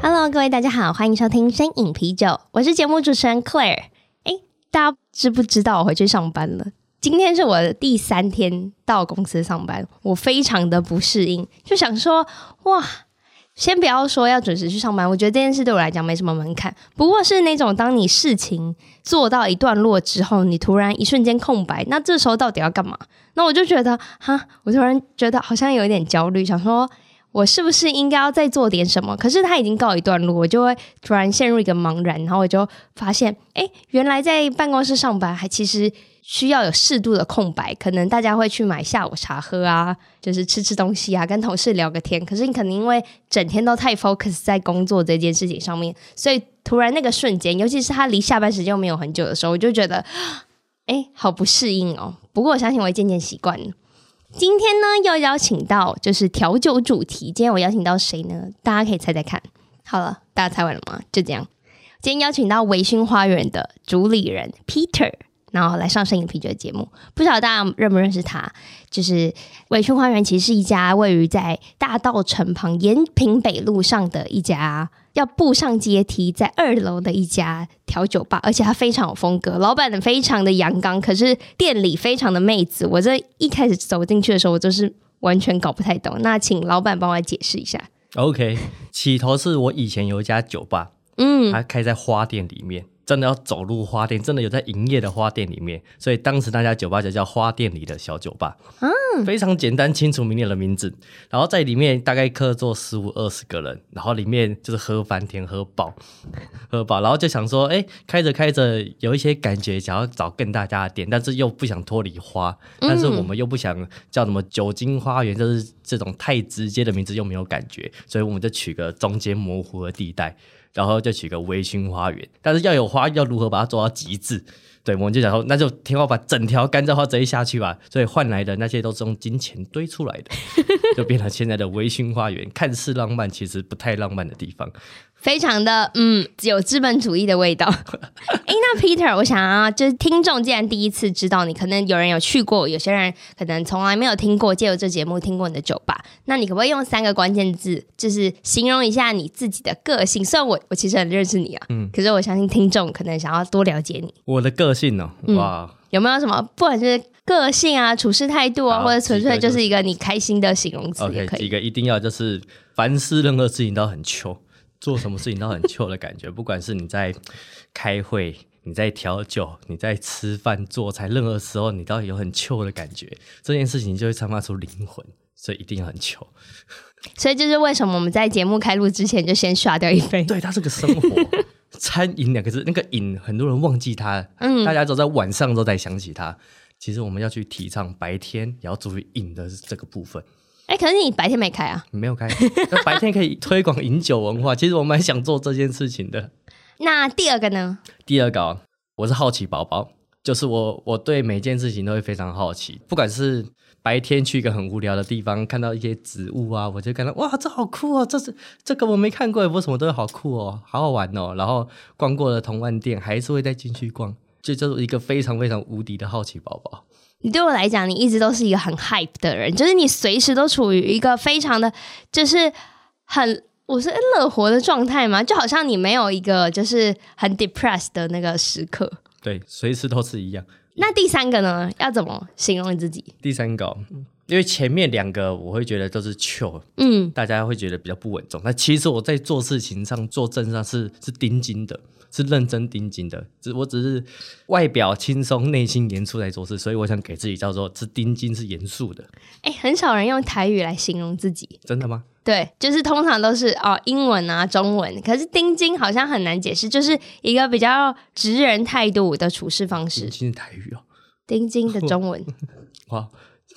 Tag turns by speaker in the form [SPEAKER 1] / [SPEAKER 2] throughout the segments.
[SPEAKER 1] Hello，各位大家好，欢迎收听《深饮啤酒》，我是节目主持人 Claire。哎，大家知不知道我回去上班了？今天是我的第三天到公司上班，我非常的不适应，就想说哇。先不要说要准时去上班，我觉得这件事对我来讲没什么门槛。不过是那种当你事情做到一段落之后，你突然一瞬间空白，那这时候到底要干嘛？那我就觉得哈，我突然觉得好像有一点焦虑，想说我是不是应该要再做点什么？可是它已经告一段落，我就会突然陷入一个茫然，然后我就发现，哎，原来在办公室上班还其实。需要有适度的空白，可能大家会去买下午茶喝啊，就是吃吃东西啊，跟同事聊个天。可是你可能因为整天都太 focus 在工作这件事情上面，所以突然那个瞬间，尤其是他离下班时间又没有很久的时候，我就觉得，哎、好不适应哦。不过我相信我会渐渐习惯的。今天呢，要邀请到就是调酒主题。今天我邀请到谁呢？大家可以猜猜看。好了，大家猜完了吗？就这样。今天邀请到维醺花园的主理人 Peter，然后来上摄影啤酒的节目。不晓得大家认不认识他？就是维醺花园其实是一家位于在大道城旁延平北路上的一家，要步上阶梯，在二楼的一家调酒吧，而且它非常有风格，老板非常的阳刚，可是店里非常的妹子。我这一开始走进去的时候，我就是完全搞不太懂。那请老板帮我解释一下。
[SPEAKER 2] OK，起头是我以前有一家酒吧，
[SPEAKER 1] 嗯，
[SPEAKER 2] 它开在花店里面，真的要走入花店，真的有在营业的花店里面，所以当时那家酒吧就叫花店里的小酒吧，嗯，非常简单清楚明了的名字。然后在里面大概客座十五二十个人，然后里面就是喝翻天喝饱，喝饱，然后就想说，哎，开着开着有一些感觉，想要找更大家的店，但是又不想脱离花，但是我们又不想叫什么酒精花园，就是这种太直接的名字又没有感觉，所以我们就取个中间模糊的地带，然后就取个微醺花园，但是要有花，要如何把它做到极致？对，我们就想说，那就天花把整条干燥花直接下去吧，所以换来的那些都是用金钱堆出来的，就变成现在的微醺花园，看似浪漫，其实不太浪漫的地方。
[SPEAKER 1] 非常的嗯，有资本主义的味 道。哎，那 Peter，我想啊，就是听众既然第一次知道你，可能有人有去过，有些人可能从来没有听过，借由这节目听过你的酒吧。那你可不可以用三个关键字，就是形容一下你自己的个性？虽然我我其实很认识你啊，嗯，可是我相信听众可能想要多了解你，
[SPEAKER 2] 我的个性呢、哇，
[SPEAKER 1] 有没有什么不管是个性啊、处事态度啊，
[SPEAKER 2] 好
[SPEAKER 1] 或者纯粹
[SPEAKER 2] 几个
[SPEAKER 1] 就
[SPEAKER 2] 就是
[SPEAKER 1] 是一个你开心的形容词也
[SPEAKER 2] OK，
[SPEAKER 1] 可
[SPEAKER 2] 几
[SPEAKER 1] 以。
[SPEAKER 2] 个一定要就是凡事任何事情都很糗，做什么事情都很糗的感觉，不管是你在开会。你在调酒，你在吃饭、做菜，任何时候你都有很糗的感觉，这件事情就会散发出灵魂，所以一定要很糗。
[SPEAKER 1] 所以这是为什么我们在节目开录之前就先刷掉一 杯。
[SPEAKER 2] 对，它是个生活。餐饮两个字，那个饮很多人忘记它，大家都在晚上都在想起它。其实我们要去提倡白天也要注意饮的这个部分，
[SPEAKER 1] 哎，可是你白天没开啊？
[SPEAKER 2] 没有开， 那白天可以推广饮酒文化。其实我蛮想做这件事情的。
[SPEAKER 1] 那第二个呢？
[SPEAKER 2] 第二个哦，我是好奇宝宝，就是我我对每件事情都会非常好奇，不管是白天去一个很无聊的地方，看到一些植物啊，我就感到哇，这好酷哦，这是这个我没看过，为什么都会好酷哦，好好玩哦。然后逛过了同万店，还是会再进去逛，这就是一个非常非常无敌的好奇宝宝。
[SPEAKER 1] 你对我来讲，你一直都是一个很 hype 的人，就是你随时都处于一个非常的，就是很我是乐活的状态嘛，就好像你没有一个就是很 depressed 的那个时刻。
[SPEAKER 2] 对，随时都是一样。
[SPEAKER 1] 那第三个呢？要怎么形容你自己？
[SPEAKER 2] 第三个哦、因为前面两个我会觉得都是糗，
[SPEAKER 1] 嗯，
[SPEAKER 2] 大家会觉得比较不稳重。那其实我在做事情上、做政上是是盯紧的，是认真盯紧的。只我只是外表轻松，内心严肃在做事，所以我想给自己叫做是盯紧是严肃的。
[SPEAKER 1] 哎，很少人用台语来形容自己，
[SPEAKER 2] 真的吗？
[SPEAKER 1] 对，就是通常都是哦英文啊中文，可是丁金好像很难解释，就是一个比较直人态度的处事方
[SPEAKER 2] 盯
[SPEAKER 1] 式。
[SPEAKER 2] 紧是台语哦，
[SPEAKER 1] 丁金的中文，
[SPEAKER 2] 哇，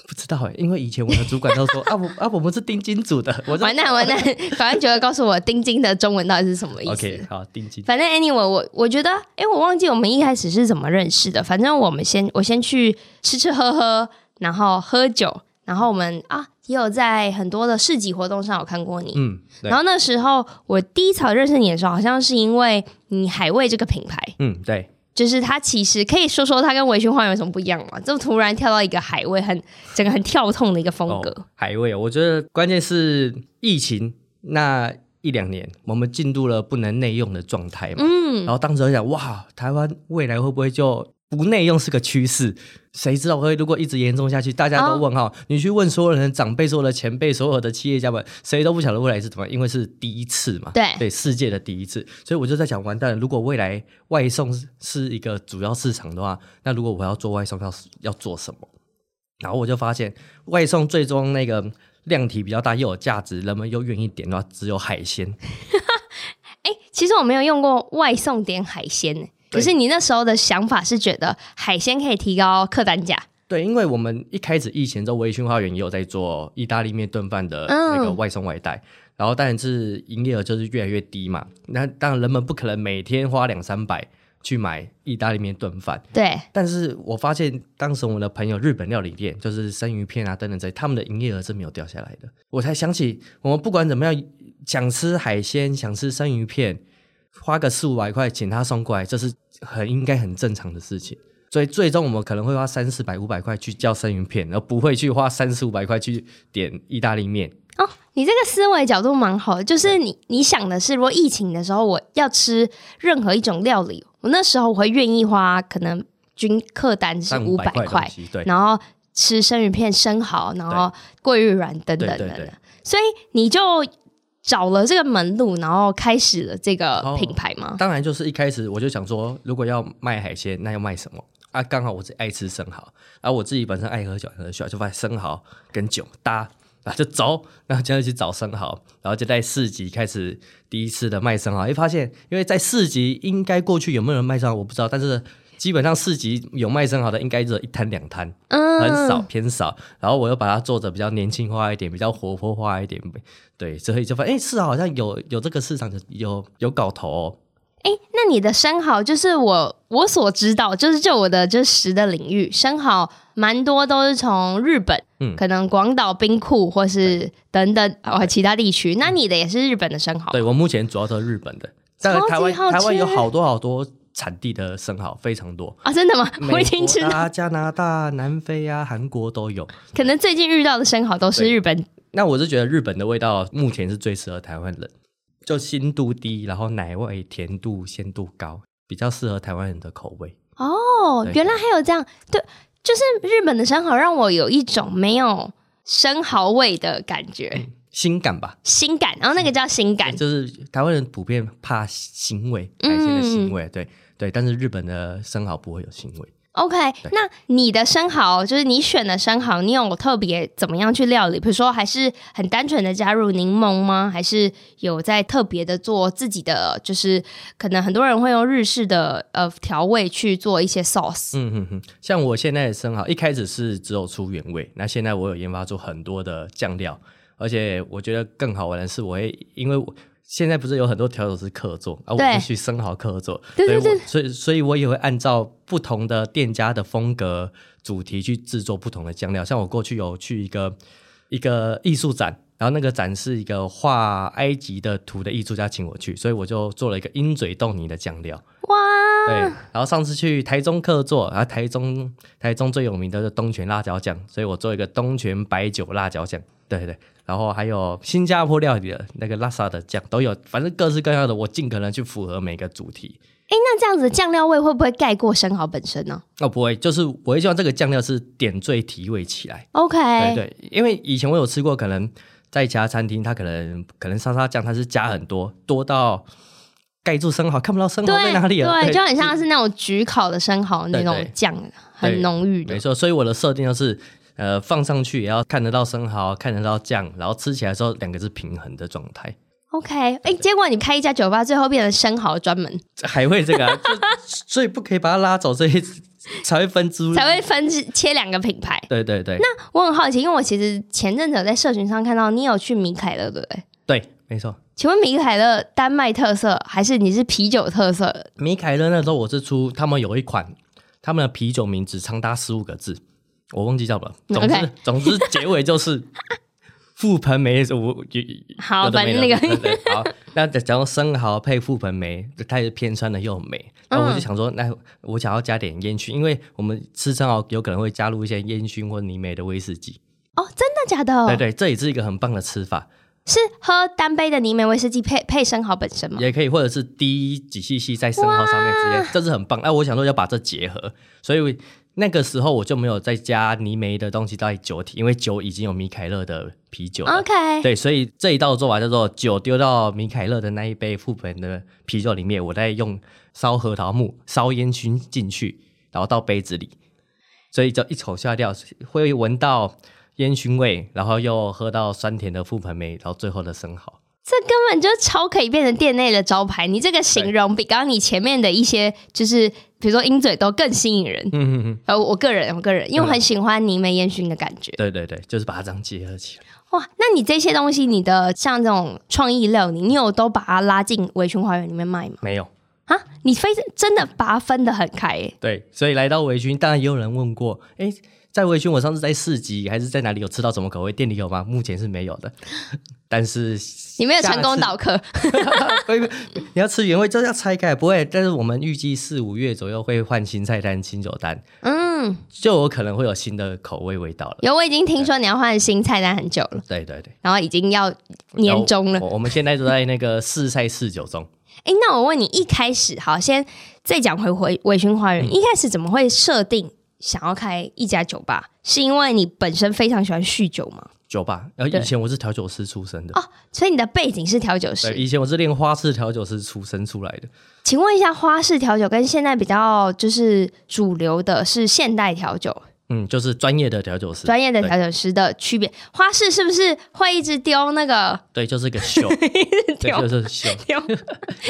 [SPEAKER 2] 不知道哎、因为以前我的主管都说 啊，我啊我们是定 金组的， 我说
[SPEAKER 1] 完蛋完蛋，反正觉得告诉我钉金的中文到底是什么意思。
[SPEAKER 2] OK 好定金，
[SPEAKER 1] 反正 anyway，我我觉得，哎、我忘记我们一开始是怎么认识的。反正我们先我先去吃吃喝喝，然后喝酒，然后我们啊也有在很多的市集活动上有看过你。
[SPEAKER 2] 嗯，对
[SPEAKER 1] 然，后那时候我第一次认识你的时候，好像是因为你海味这个品牌，
[SPEAKER 2] 嗯对，
[SPEAKER 1] 就是它其实可以说说它跟微醺花园有什么不一样吗？这么突然跳到一个海味很整个很跳痛的一个风格，
[SPEAKER 2] 哦、海味，我觉得关键是疫情那一两年，我们进入了不能内用的状态嘛。
[SPEAKER 1] 嗯，
[SPEAKER 2] 然后当时我想，哇，台湾未来会不会就不内用是个趋势？谁知道会如果一直严重下去，大家都问号。你去问所有人的长辈、所有的前辈、所有的企业家们，谁都不晓得未来是怎么样，因为是第一次嘛，
[SPEAKER 1] 对
[SPEAKER 2] 对，世界的第一次。所以我就在想，完蛋了，如果未来外送是是一个主要市场的话，那如果我要做外送，要要做什么？然后我就发现，外送最终那个量体比较大，又有价值，人们又愿意点的话，只有海鲜。
[SPEAKER 1] 哎、其实我没有用过外送点海鲜呢，可
[SPEAKER 2] 对
[SPEAKER 1] 是你那时候的想法是觉得海鲜可以提高客单价，
[SPEAKER 2] 对，因为我们一开始疫情之后，微醺花园也有在做意大利面炖饭的那个
[SPEAKER 1] 嗯
[SPEAKER 2] 外送外带，然后当然是营业额就是越来越低嘛。那当然人们不可能每天花两三百去买意大利面炖饭，
[SPEAKER 1] 对，
[SPEAKER 2] 但是我发现当时我们的朋友日本料理店，就是生鱼片啊等等这些，他们的营业额是没有掉下来的。我才想起，我们不管怎么样，想吃海鲜，想吃生鱼片，花个四五百块请他送过来，这是很应该很正常的事情。所以最终我们可能会花三四百、五百块去叫生鱼片，而不会去花三四五百块去点意大利面。
[SPEAKER 1] 哦，你这个思维角度蛮好的，就是你你想的是，如果疫情的时候我要吃任何一种料理，我那时候我会愿意花可能均客单是
[SPEAKER 2] 三
[SPEAKER 1] 五百
[SPEAKER 2] 块的
[SPEAKER 1] 块
[SPEAKER 2] 东，西，对，
[SPEAKER 1] 然后吃生鱼片、生蚝，然后桂鱼软等等等
[SPEAKER 2] 对对
[SPEAKER 1] 等
[SPEAKER 2] 对
[SPEAKER 1] 的，所以你就找了这个门路，然后开始了这个
[SPEAKER 2] 哦
[SPEAKER 1] 品牌吗？
[SPEAKER 2] 当然，就是一开始我就想说，如果要卖海鲜，那要卖什么啊？刚好我自己爱吃生蚝，啊，我自己本身爱喝酒，爱喝酒就发现生蚝跟酒搭啊，就走，然后就要去找生蚝，然后就在市集开始第一次的卖生蚝，哎，发现因为在市集应该过去有没有人卖生蚝我不知道，但是基本上市集有卖生蚝的应该只有一摊两摊，
[SPEAKER 1] 嗯，
[SPEAKER 2] 很少偏少，然后我又把它做的比较年轻化一点，比较活泼化一点，对，所以就发现哎，市场好像有有这个市场有有搞头、哦。
[SPEAKER 1] 哎，那你的生蚝就是我我所知道，就是就我的这食的领域，生蚝蛮多都是从日本，
[SPEAKER 2] 嗯
[SPEAKER 1] 可能广岛冰库或是等等哦其他地区。那你的也是日本的生蚝，
[SPEAKER 2] 嗯对我目前主要都是日本的，但
[SPEAKER 1] 超级
[SPEAKER 2] 台湾
[SPEAKER 1] 好吃
[SPEAKER 2] 台湾有好多好多产地的生蚝，非 常多。
[SPEAKER 1] 啊，真的吗？我已
[SPEAKER 2] 美
[SPEAKER 1] 经
[SPEAKER 2] 国
[SPEAKER 1] 知道，
[SPEAKER 2] 啊、加拿大、南非啊、韩国都有。
[SPEAKER 1] 可能最近遇到的生蚝都是
[SPEAKER 2] 对
[SPEAKER 1] 日本
[SPEAKER 2] 那我是觉得日本的味道啊目前是最适合台湾人，就鲜度低，然后奶味、甜度、鲜度高，比较适合台湾人的口味。
[SPEAKER 1] 哦。
[SPEAKER 2] 对
[SPEAKER 1] 原来还有这样，对，就是日本的生蚝让我有一种没有生蚝味的感
[SPEAKER 2] 嗯
[SPEAKER 1] 觉，
[SPEAKER 2] 腥感吧，
[SPEAKER 1] 新感，然后那
[SPEAKER 2] 嗯
[SPEAKER 1] 个叫新感，
[SPEAKER 2] 就是台湾人普遍怕腥味，海鲜的腥
[SPEAKER 1] 嗯
[SPEAKER 2] 味，对对，但是日本的生蚝不会有腥味。
[SPEAKER 1] OK，
[SPEAKER 2] 对
[SPEAKER 1] 那你的生蚝就是你选的生蚝，你有特别怎么样去料理？比如说，还是很单纯的加入柠檬吗？还是有在特别的做自己的？就是可能很多人会用日式的呃调味去做一些 sauce。
[SPEAKER 2] 嗯哼哼，像我现在的生蚝，一开始是只有出原味，那现在我有研发出很多的酱料，而且我觉得更好玩的是，我会因为我现在不是有很多调酒师客座啊，我
[SPEAKER 1] 对
[SPEAKER 2] 是去生蚝客座，
[SPEAKER 1] 对对
[SPEAKER 2] 所以我所以所以我也会按照不同的店家的风格主题去制作不同的酱料，像我过去有去一个一个艺术展。然后那个展是一个画埃及的图的艺术家请我去，所以我就做了一个鹰嘴豆泥的酱料。
[SPEAKER 1] 哇，
[SPEAKER 2] 对，
[SPEAKER 1] 啊
[SPEAKER 2] 然后上次去台中客座，然后台中台中最有名的就是东泉辣椒酱，所以我做一个东泉白酒辣椒酱，对对，然后还有新加坡料理的那个拉萨的酱都有，反正各式各样的，我尽可能去符合每个主题。
[SPEAKER 1] 哎，那这样子的酱料味会不会盖过生蚝本身呢
[SPEAKER 2] 哦，不会，就是我会希望这个酱料是点缀提味起来。
[SPEAKER 1] ？OK，
[SPEAKER 2] 对对，因为以前我有吃过，可能在其他餐厅，它可能可能沙沙酱它是加很多，多到盖住生蚝，看不到生蚝在哪里啊了。
[SPEAKER 1] 对，就很像是那种焗烤的生蚝那
[SPEAKER 2] 对
[SPEAKER 1] 种
[SPEAKER 2] 对
[SPEAKER 1] 酱，很
[SPEAKER 2] 对
[SPEAKER 1] 浓郁的
[SPEAKER 2] 没。错，所以我的设定就是，呃，放上去也要看得到生蚝，看得到酱，然后吃起来的时候两个是平衡的状 态。
[SPEAKER 1] OK，哎、结果你开一家酒吧，最后变成生蚝专门。
[SPEAKER 2] 还会这个、啊，就所以不可以把它拉走，所以才会分支，
[SPEAKER 1] 才会分支切两个品牌。
[SPEAKER 2] 对对对，那
[SPEAKER 1] 我很好奇，因为我其实前阵子有在社群上看到你有去米凯勒，对不对？
[SPEAKER 2] 对，没错。
[SPEAKER 1] 请问米凯勒丹麦特色还是你是啤酒特色？
[SPEAKER 2] 米凯勒那时候我是出他们有一款，他们的啤酒名字长达十五个字， 我忘记叫什么。总之
[SPEAKER 1] OK
[SPEAKER 2] 总之结尾就是 覆盆梅，我 有
[SPEAKER 1] 好
[SPEAKER 2] 有的
[SPEAKER 1] 反
[SPEAKER 2] 没的
[SPEAKER 1] 正那个
[SPEAKER 2] 对 对对好，那讲到生蚝配覆盆梅，它是偏酸的又美。那
[SPEAKER 1] 嗯
[SPEAKER 2] 我就想说，那我想要加点烟熏，因为我们吃生蚝有可能会加入一些烟熏或泥煤的威士忌。
[SPEAKER 1] 哦，真的假的？
[SPEAKER 2] 对对，这也是一个很棒的吃法。
[SPEAKER 1] 是喝单杯的泥美威士忌配配生蚝本身吗？
[SPEAKER 2] 也可以，或者是滴几 cc 在生蚝上面之类，这是很棒。哎、我想说要把这结合，所以那个时候我就没有再加泥煤的东西到酒体，因为酒已经有米凯勒的啤酒了。
[SPEAKER 1] OK，
[SPEAKER 2] 对，所以这一道做法叫做酒丢到米凯勒的那一杯副本的啤酒里面，我再用烧核桃木烧烟熏进去，然后到杯子里，所以就一口下掉，会闻到烟熏味，然后又喝到酸甜的覆盆梅，然后最后的生蚝。
[SPEAKER 1] 这根本就超可以变成店内的招牌。你这个形容比刚刚你前面的一些，就是比如说鹰嘴豆更吸引人。
[SPEAKER 2] 嗯嗯嗯，
[SPEAKER 1] 呃，我个人，我个人，因为我很喜欢泥煤烟熏的感觉。
[SPEAKER 2] 对对对，就是把它这样结合起来。
[SPEAKER 1] 哇，那你这些东西，你的像这种创意料理，你有都把它拉进围裙花园里面卖吗？
[SPEAKER 2] 没有，
[SPEAKER 1] 啊，你非真的把它分得很开耶、
[SPEAKER 2] 对，所以来到维军，当然也有人问过，哎，在维军，我上次在市集还是在哪里有吃到什么口味？店里有吗？目前是没有的，但是
[SPEAKER 1] 你没有成功
[SPEAKER 2] 到，
[SPEAKER 1] 导客，
[SPEAKER 2] 你要吃原味就是要拆开，不会。但是我们预计四五月左右会换新菜单、新酒单，
[SPEAKER 1] 嗯，
[SPEAKER 2] 就有可能会有新的口味味道了。
[SPEAKER 1] 有我已经听说你要换新菜单很久了，
[SPEAKER 2] 对对对，
[SPEAKER 1] 然后已经要年终了
[SPEAKER 2] 我。我们现在都在那个试菜试酒中。
[SPEAKER 1] 哎、那我问你，一开始好，先再讲回回微醺花园，
[SPEAKER 2] 嗯
[SPEAKER 1] 一开始怎么会设定想要开一家酒吧？是因为你本身非常喜欢酗酒吗？
[SPEAKER 2] 酒吧，然后
[SPEAKER 1] 对
[SPEAKER 2] 以前我是调酒师出身的，
[SPEAKER 1] 哦，所以你的背景是调酒
[SPEAKER 2] 对，
[SPEAKER 1] 师。
[SPEAKER 2] 以前我是练花式调酒师出身出来的。
[SPEAKER 1] 请问一下，花式调酒跟现在比较就是主流的是现代调酒，
[SPEAKER 2] 嗯，就是专业的调酒师，
[SPEAKER 1] 专业的调酒师的区别，花式是不是会一直丢那 个
[SPEAKER 2] 对，就是个 秀，对，
[SPEAKER 1] 丢
[SPEAKER 2] 就是秀，
[SPEAKER 1] 丢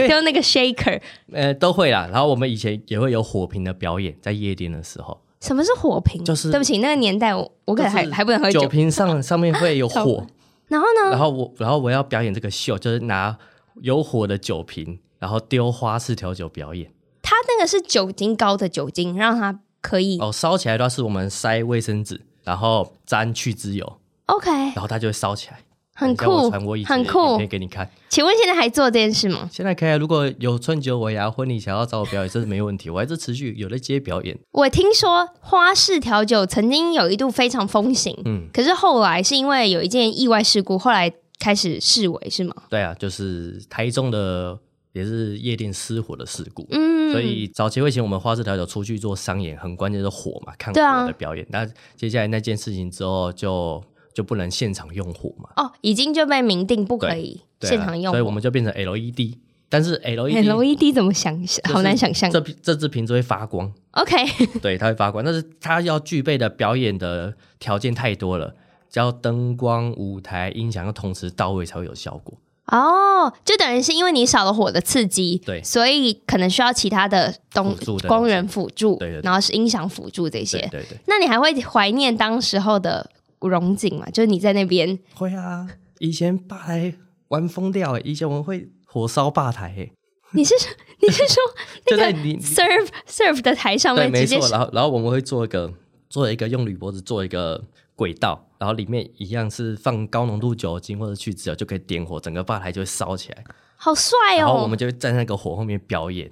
[SPEAKER 1] 丢那个 shaker？
[SPEAKER 2] 呃，都会啦。然后我们以前也会有火瓶的表演，在夜店的时候，
[SPEAKER 1] 什么是火瓶？
[SPEAKER 2] 就是
[SPEAKER 1] 对不起，那个年代我我可能还、
[SPEAKER 2] 就是
[SPEAKER 1] 还不能喝
[SPEAKER 2] 酒
[SPEAKER 1] 酒。
[SPEAKER 2] 瓶上上面 会有
[SPEAKER 1] 超
[SPEAKER 2] 火，
[SPEAKER 1] 然后呢？
[SPEAKER 2] 然后我然后我要表演这个秀，就是拿有火的酒瓶，然后丢花式调酒表演。
[SPEAKER 1] 它那个是酒精高的酒精，让它可以、
[SPEAKER 2] 哦，烧起来的话是我们塞卫生纸，然后沾去脂油，
[SPEAKER 1] OK，
[SPEAKER 2] 然后它就会烧起来。
[SPEAKER 1] 嗯很
[SPEAKER 2] 等一下
[SPEAKER 1] 酷
[SPEAKER 2] 我传我以，前
[SPEAKER 1] 很
[SPEAKER 2] 的影
[SPEAKER 1] 酷
[SPEAKER 2] 片。给你看。
[SPEAKER 1] 请问现在还做这件事吗？
[SPEAKER 2] 现在可以啊，如果有春酒尾牙婚礼想要找我表演，这是没问题，我还是持续有在接表演。
[SPEAKER 1] 我听说花式调酒曾经有一度非常风行，
[SPEAKER 2] 嗯，
[SPEAKER 1] 可是后来是因为有一件意外事故，后来开始视为是吗？
[SPEAKER 2] 对啊，就是台中的也是夜店失火的事故。
[SPEAKER 1] 嗯，
[SPEAKER 2] 所以早期会请我们花式调酒出去做商演，很关键是火嘛，看
[SPEAKER 1] 对啊
[SPEAKER 2] 火的表演。那接下来那件事情之后就，就不能现场用火嘛，
[SPEAKER 1] 哦，已经就被明定不可以
[SPEAKER 2] 对啊
[SPEAKER 1] 现场用哎
[SPEAKER 2] 所以
[SPEAKER 1] 火。
[SPEAKER 2] 我们就变成 LED。但是 E LED
[SPEAKER 1] LED 怎么想？好难想象。
[SPEAKER 2] 这这支瓶子会发光，
[SPEAKER 1] OK，
[SPEAKER 2] 对，它会发光，但是它要具备的表演的条件太多了，只要灯光、舞台、音响要同时到位才会有效果。
[SPEAKER 1] 哦，就等于是因为你少了火的刺激，
[SPEAKER 2] 对
[SPEAKER 1] 所以可能需要其他的东
[SPEAKER 2] 辅助的
[SPEAKER 1] 光源辅助，
[SPEAKER 2] 对对对
[SPEAKER 1] 然后是音响辅助这
[SPEAKER 2] 对
[SPEAKER 1] 些。
[SPEAKER 2] 对对，
[SPEAKER 1] 那你还会怀念当时候的荣景吗？就是你在那边
[SPEAKER 2] 会啊，以前吧台玩疯掉、欸，以前我们会火烧吧台、欸，
[SPEAKER 1] 你是 你是说
[SPEAKER 2] 就在
[SPEAKER 1] 那个
[SPEAKER 2] 你
[SPEAKER 1] serve serve 的台上
[SPEAKER 2] 对，
[SPEAKER 1] 面
[SPEAKER 2] 没
[SPEAKER 1] 直接
[SPEAKER 2] 错。然后，然后我们会做一个做一个用铝箔纸做一个轨道，然后里面一样是放高浓度酒精或者去脂油，就可以点火，整个吧台就会烧起来。
[SPEAKER 1] 好帅
[SPEAKER 2] 然后我
[SPEAKER 1] 哦
[SPEAKER 2] 们，就会站在那个火后面表演，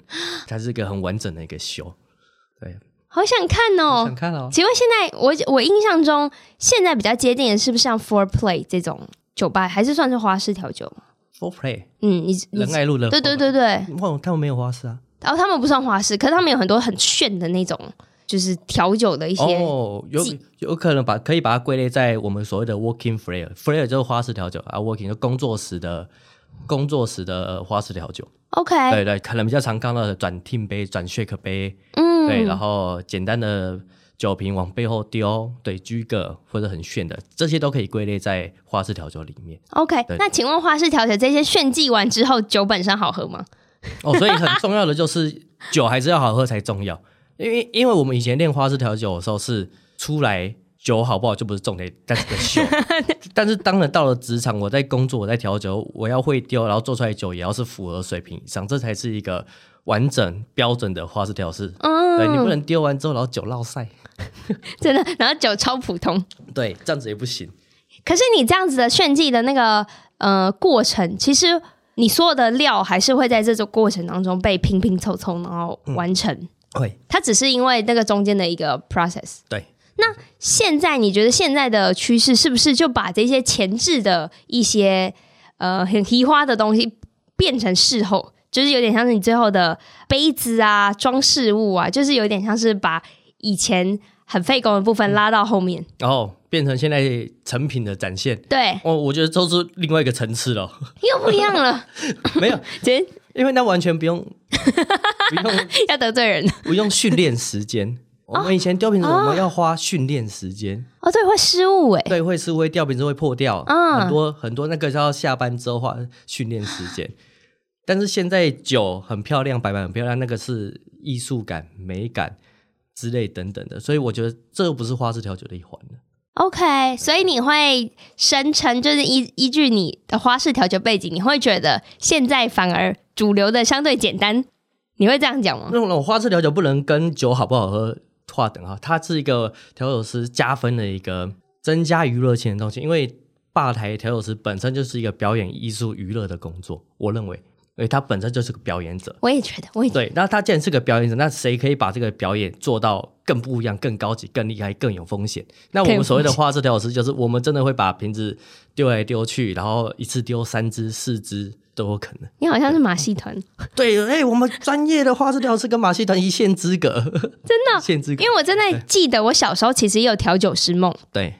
[SPEAKER 2] 它是一个很完整的一个秀。对，
[SPEAKER 1] 好想看
[SPEAKER 2] 想
[SPEAKER 1] 哦。
[SPEAKER 2] 看哦。
[SPEAKER 1] 请问现在我我印象中现在比较接近的是不是像 Four Play 这种酒吧，还是算是花式调酒吗？
[SPEAKER 2] Four Play
[SPEAKER 1] 嗯，你你
[SPEAKER 2] 仁爱路的，
[SPEAKER 1] 对对，对对，
[SPEAKER 2] 哇，他们没有花式啊。
[SPEAKER 1] 然后他们不算花式，可是他们有很多很炫的那种，就是调酒的一些。
[SPEAKER 2] 哦，有
[SPEAKER 1] 技
[SPEAKER 2] 有可能把可以把它归类在我们所谓的 working flair，flair 就是花式调酒啊，working 就工作时的工作时的呃花式调酒。
[SPEAKER 1] OK，
[SPEAKER 2] 对对，可能比较常看到的转 team 杯、转 shake 杯，
[SPEAKER 1] 嗯，
[SPEAKER 2] 对，然后简单的酒瓶往背后丢，对，居个或者很炫的，这些都可以归类在花式调酒里面
[SPEAKER 1] OK，
[SPEAKER 2] 对
[SPEAKER 1] 那请问花式调酒这些炫技完之后，酒本身好喝吗？
[SPEAKER 2] 哦。所以很重要的就是酒还是要好喝才重要，因为因为我们以前练花式调酒的时候是出来酒好不好就不是重点，但是个秀。但是当然到了职场，我在工作，我在调酒，我要会丢，然后做出来的酒也要是符合水平以上，这才是一个完整标准的花式调试。对你不能丢完之后，然后酒落晒，
[SPEAKER 1] 真的，然后酒超普通。
[SPEAKER 2] 对，这样子也不行。
[SPEAKER 1] 可是你这样子的炫技的那个呃过程，其实你所有的料还是会在这种过程当中被拼拼凑凑，然后完成。
[SPEAKER 2] 会，
[SPEAKER 1] 它只是因为那个中间的一个 process。
[SPEAKER 2] 对。
[SPEAKER 1] 现在你觉得现在的趋势是不是就把这些前置的一些呃很提花的东西变成事后，就是有点像是你最后的杯子啊、装饰物啊，就是有点像是把以前很费工的部分拉到后面。
[SPEAKER 2] 然后变成现在成品的展现。
[SPEAKER 1] 对，
[SPEAKER 2] 哦，我觉得都是另外一个层次了，
[SPEAKER 1] 又不一样 了，
[SPEAKER 2] 没有，
[SPEAKER 1] 直接
[SPEAKER 2] 因为那完全不用 不用
[SPEAKER 1] 要得罪人
[SPEAKER 2] 不用训练时间。我们以前吊瓶子，我们要花训练时间，
[SPEAKER 1] 哦，对，会失误哎、
[SPEAKER 2] 对，会是会吊瓶子会破掉，
[SPEAKER 1] 嗯
[SPEAKER 2] 很多很多那个是要下班之后花训练时 间。但是现在酒很漂亮，白板很漂亮，那个是艺术感、美感之类等等的，所以我觉得这不是花式调酒的一环了。
[SPEAKER 1] OK，所以你会声称，就是依依据你的花式调酒背景，你会觉得现在反而主流的相对简单，你会这样讲吗？
[SPEAKER 2] 那种花式调酒不能跟酒好不好喝划等号，它是一个调酒师加分的一个增加娱乐性的东西。因为吧台调酒师本身就是一个表演艺术娱乐的工作，我认为，因为他本身就是个表演者。
[SPEAKER 1] 我也觉得，我也觉得
[SPEAKER 2] 对，那他既然是个表演者，那谁可以把这个表演做到更不一样、更高级、更厉害、更有风险？那我
[SPEAKER 1] 更有
[SPEAKER 2] 们所谓的
[SPEAKER 1] 风
[SPEAKER 2] 花式调酒师，就是我们真的会把瓶子丢来丢去，然后一次丢三只、四只都有可能。
[SPEAKER 1] 你好像是马戏团，
[SPEAKER 2] 对，哎、我们专业的花式调是跟马戏团一线之隔，真的 一线之隔
[SPEAKER 1] 因。为我真的记得我小时候其实也有调酒师梦。
[SPEAKER 2] 对，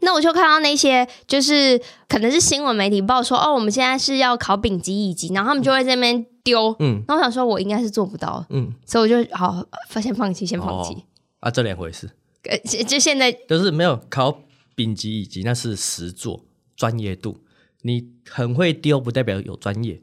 [SPEAKER 1] 那我就看到那些就是可能是新闻媒体报说，哦，我们现在是要考丙级、乙级，然后他们就会在那边丢。
[SPEAKER 2] 嗯
[SPEAKER 1] 那我想说，我应该是做不到，
[SPEAKER 2] 嗯，
[SPEAKER 1] 所以我就好先放弃，先放弃
[SPEAKER 2] 哦。啊，这两回事，
[SPEAKER 1] 呃，就就现在
[SPEAKER 2] 就是没有考丙级乙级，那是实作专业度。你很会丢，不代表有专业。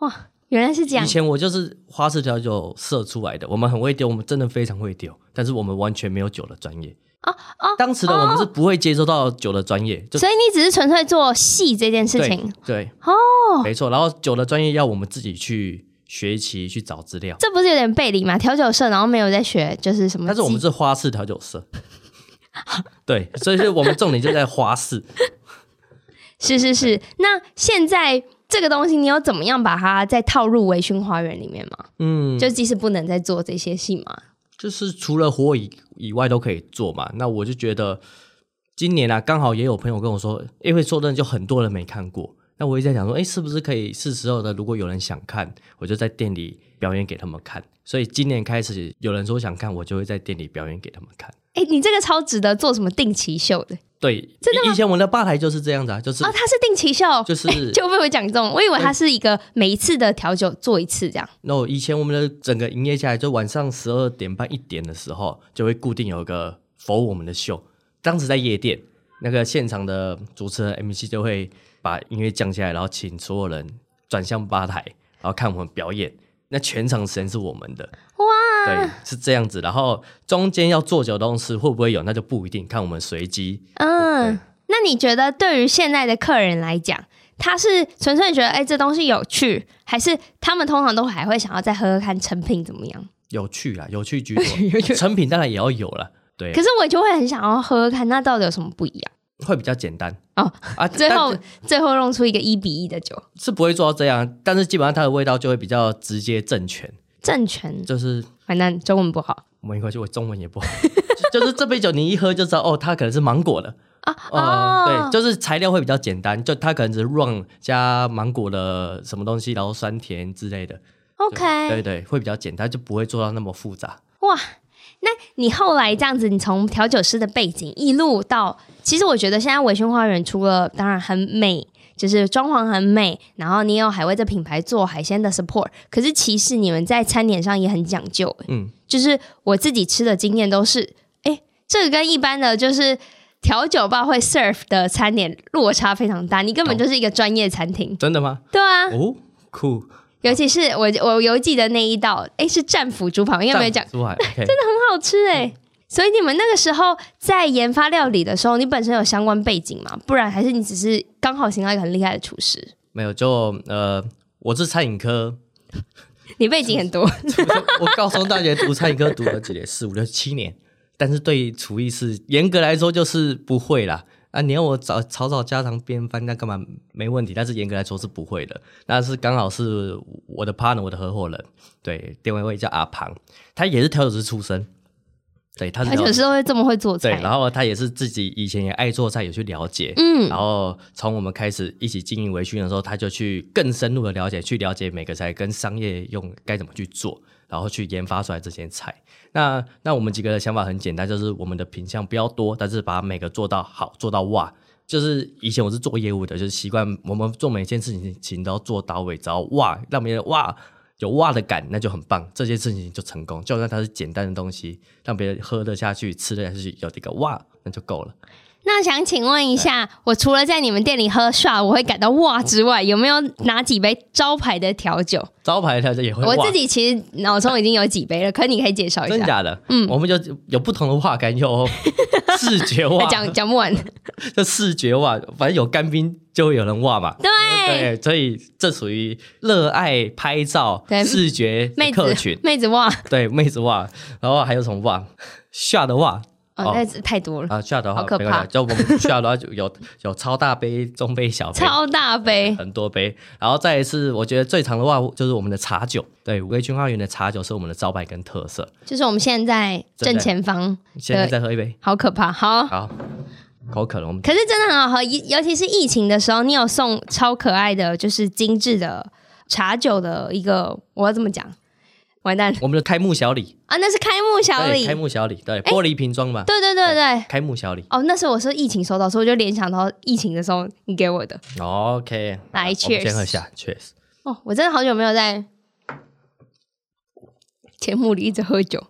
[SPEAKER 1] 哇，原来是这样
[SPEAKER 2] 以。前我就是花式调酒社出来的，我们很会丢，我们真的非常会丢，但是我们完全没有酒的专业。哦哦，当时的我们是不会接收到酒的专业，就
[SPEAKER 1] 所以你只是纯粹做戏这件事情，
[SPEAKER 2] 对对哦，没错。然后酒的专业要我们自己去学习，去找资料。
[SPEAKER 1] 这不是有点背离吗？调酒社，然后没有在学，就是什么技？
[SPEAKER 2] 但是我们是花式调酒社， 对，所以是我们重点就在花式。
[SPEAKER 1] 是是是。那现在这个东西，你有怎么样把它再套入微醺花园里面吗？
[SPEAKER 2] 嗯，
[SPEAKER 1] 就即使不能再做这些戏嘛，
[SPEAKER 2] 就是除了火以以外都可以做嘛。那我就觉得今年啊，刚好也有朋友跟我说，因为说真的，就很多人没看过。那我也在想说，哎，是不是可以是时候的？如果有人想看，我就在店里表演给他们看。所以今年开始，有人说想看，我就会在店里表演给他们看。
[SPEAKER 1] 哎、你这个超值得做什么定期秀的
[SPEAKER 2] 对，以以前我们的吧台就是这样子啊，哎就是、
[SPEAKER 1] 哦？它是定期秀，
[SPEAKER 2] 就是
[SPEAKER 1] 就被我讲中，我以为它是一个每一次的调酒做一次这样。
[SPEAKER 2] no，以前我们的整个营业下来，就晚上十二点半一点的时候，就会固定有一个否我们的秀。当时在夜店，那个现场的主持人 MC 就会把音乐降下来，然后请所有人转向吧台，然后看我们表演。那全场时间是我们的，哇，对，是这样子。然后中间要做酒的东西会不会有，那就不一定，看我们随机。
[SPEAKER 1] 嗯，那你觉得对于现在的客人来讲，他是纯粹觉得哎、这东西有趣，还是他们通常都还会想要再喝喝看成品怎么样？
[SPEAKER 2] 有趣啦，有趣 居多，成品当然也要有啦，对
[SPEAKER 1] 可，是我就会很想要喝喝看，那到底有什么不一样？
[SPEAKER 2] 会比较简单
[SPEAKER 1] 哦
[SPEAKER 2] 啊。
[SPEAKER 1] 最
[SPEAKER 2] 但
[SPEAKER 1] 后最后弄出一个一比一的酒，
[SPEAKER 2] 是不会做到这样，但是基本上它的味道就会比较直接正全，
[SPEAKER 1] 正权
[SPEAKER 2] 就是
[SPEAKER 1] 完蛋，中文不好
[SPEAKER 2] 我没关系，我中文也不好， 就就是这杯酒你一喝就知道哦，它可能是芒果的。
[SPEAKER 1] 啊
[SPEAKER 2] 哦、
[SPEAKER 1] 哦
[SPEAKER 2] 对，就是材料会比较简单，就它可能只是 rum 加芒果的什么东西，然后酸甜之类的。对
[SPEAKER 1] ，OK，
[SPEAKER 2] 对，会比较简单，就不会做到那么复杂。
[SPEAKER 1] 哇。那你后来这样子，你从调酒师的背景一路到，其实我觉得现在维轩花园除了当然很美，就是装潢很美，然后你也有海味这品牌做海鲜的 support，可是其实你们在餐点上也很讲究、欸
[SPEAKER 2] 嗯，
[SPEAKER 1] 就是我自己吃的经验都是，哎、这个跟一般的就是调酒吧会 serve 的餐点落差非常大，你根本就是一个专业餐厅。
[SPEAKER 2] 真的吗？
[SPEAKER 1] 对啊，
[SPEAKER 2] 哦，酷。
[SPEAKER 1] 尤其是我我犹记得那一道，哎，是战斧猪排，应该没有讲，
[SPEAKER 2] 战 斧猪排真的
[SPEAKER 1] 很好吃哎、
[SPEAKER 2] 嗯
[SPEAKER 1] 所以你们那个时候在研发料理的时候，你本身有相关背景吗？不然还是你只是刚好请到一个很厉害的厨师，
[SPEAKER 2] 没有就呃，我是餐饮科，
[SPEAKER 1] 你背景很多。
[SPEAKER 2] 我高中、大学读餐饮科读了几年，四五六七年，但是对厨艺是严格来说就是不会啦。啊，你要我找炒炒家常便饭，那干嘛没问题？但是严格来说是不会的。那是刚好是我的 partner，我的合伙人，对，店位会叫阿庞，他也是调酒师出身，对，他是
[SPEAKER 1] 而且
[SPEAKER 2] 调
[SPEAKER 1] 有
[SPEAKER 2] 酒师
[SPEAKER 1] 时候会这么会做
[SPEAKER 2] 对，
[SPEAKER 1] 菜，
[SPEAKER 2] 然后他也是自己以前也爱做菜，有去了解，
[SPEAKER 1] 嗯
[SPEAKER 2] 然后从我们开始一起经营微醺的时候，他就去更深入的了解，去了解每个菜跟商业用该怎么去做，然后去研发出来这些菜。那那我们几个的想法很简单，就是我们的品相不要多，但是把每个做到好，做到哇。就是以前我是做业务的，就是习惯我们做每件事情都要做到位，只要哇让别人哇有哇的感，那就很棒，这件事情就成功。就算它是简单的东西，让别人喝得下去、吃得下去，有这个哇，那就够了。
[SPEAKER 1] 那想请问一下，我除了在你们店里喝耍我会感到哇之外，有没有哪几杯招牌的调酒？
[SPEAKER 2] 招牌调酒也会哇，
[SPEAKER 1] 我自己其实脑中已经有几杯了，可你可以介绍一
[SPEAKER 2] 真
[SPEAKER 1] 下。
[SPEAKER 2] 假的，嗯，我们就有不同的袜 感，有视觉袜，
[SPEAKER 1] 讲讲不完，
[SPEAKER 2] 就视觉袜，反正有干冰就会有人袜嘛。
[SPEAKER 1] 对，
[SPEAKER 2] 对，所以这属于热爱拍照
[SPEAKER 1] 对
[SPEAKER 2] 视觉
[SPEAKER 1] 妹
[SPEAKER 2] 客群
[SPEAKER 1] 子，妹子哇，
[SPEAKER 2] 对妹子袜，然后还有什么袜？下的袜
[SPEAKER 1] 哦，那是太多了，
[SPEAKER 2] 啊，下的
[SPEAKER 1] 好
[SPEAKER 2] 话
[SPEAKER 1] 可
[SPEAKER 2] 没关
[SPEAKER 1] 怕
[SPEAKER 2] 系，就我们下的话就有有超大杯、中杯、小杯，
[SPEAKER 1] 超大杯，
[SPEAKER 2] 很多杯。然后再一次，我觉得最长的话就是我们的茶酒，对，五味军花园的茶酒是我们的招牌跟特色。
[SPEAKER 1] 就是我们现在正前方，
[SPEAKER 2] 现在再喝一杯，
[SPEAKER 1] 好可怕，好。
[SPEAKER 2] 好，口渴了，我们
[SPEAKER 1] 可是真的很好喝，尤尤其是疫情的时候，你有送超可爱的，就是精致的茶酒的一个，我要怎么讲？完蛋
[SPEAKER 2] 我们的开幕小礼，
[SPEAKER 1] 啊！那是开幕小
[SPEAKER 2] 对，
[SPEAKER 1] 礼，
[SPEAKER 2] 开幕小礼，对，玻璃瓶装吧，
[SPEAKER 1] 对对对对。
[SPEAKER 2] 开幕小礼。
[SPEAKER 1] 哦，那是我是疫情收到，所以我就联想到疫情的时候你给我的。
[SPEAKER 2] 哦 OK，
[SPEAKER 1] 来
[SPEAKER 2] 好我们
[SPEAKER 1] cheers
[SPEAKER 2] 先喝一下，Cheers。
[SPEAKER 1] 哦，我真的好久没有在节目里一直喝酒，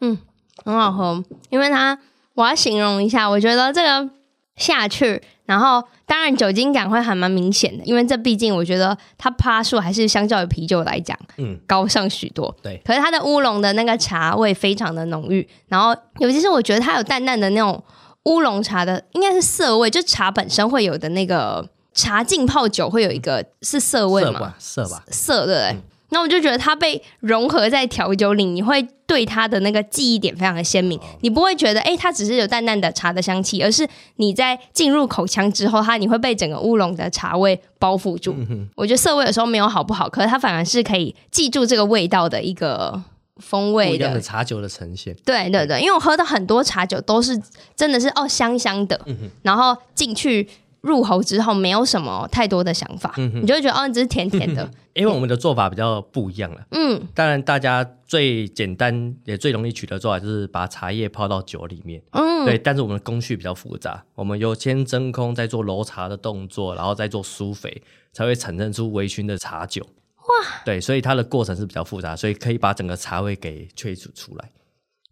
[SPEAKER 1] 嗯，很好喝，因为它我要形容一下，我觉得这个下去，然后当然酒精感会还蛮明显的，因为这毕竟我觉得它趴数还是相较于啤酒来讲
[SPEAKER 2] 嗯，
[SPEAKER 1] 高上许多。
[SPEAKER 2] 对，
[SPEAKER 1] 可是它的乌龙的那个茶味非常的浓郁，然后尤其是我觉得它有淡淡的那种乌龙茶的，应该是涩味，就茶本身会有的那个茶浸泡酒会有一个是涩味
[SPEAKER 2] 色
[SPEAKER 1] 嘛，
[SPEAKER 2] 吧，色吧，
[SPEAKER 1] 涩的、
[SPEAKER 2] 嗯
[SPEAKER 1] 欸。那我就觉得它被融合在调酒里，你会对它的那个记忆点非常的鲜
[SPEAKER 2] 哦
[SPEAKER 1] 明，你不会觉得哎、诶它只是有淡淡的茶的香气，而是你在进入口腔之后，它你会被整个乌龙的茶味包覆住。
[SPEAKER 2] 嗯
[SPEAKER 1] 我觉得涩味有时候没有好不好，可是它反而是可以记住这个味道的一个风
[SPEAKER 2] 不
[SPEAKER 1] 味
[SPEAKER 2] 一
[SPEAKER 1] 的
[SPEAKER 2] 样的茶酒的呈现。
[SPEAKER 1] 对对对，因为我喝的很多茶酒都是真的是哦香香的，
[SPEAKER 2] 嗯
[SPEAKER 1] 然后进去入喉之后没有什么太多的想法，
[SPEAKER 2] 嗯
[SPEAKER 1] 你就会觉得哦你只是甜甜 的，
[SPEAKER 2] 因为我们的做法比较不一样了，
[SPEAKER 1] 嗯，
[SPEAKER 2] 当然大家最简单也最容易取得做法就是把茶叶泡到酒里面，嗯，对。但是我们的工序比较复杂，我们有先真空，再做揉茶的动作，然后再做疏肥，才会产生出微醺的茶酒。哇，对，所以它的过程是比较复杂，所以可以把整个茶味给萃取出来，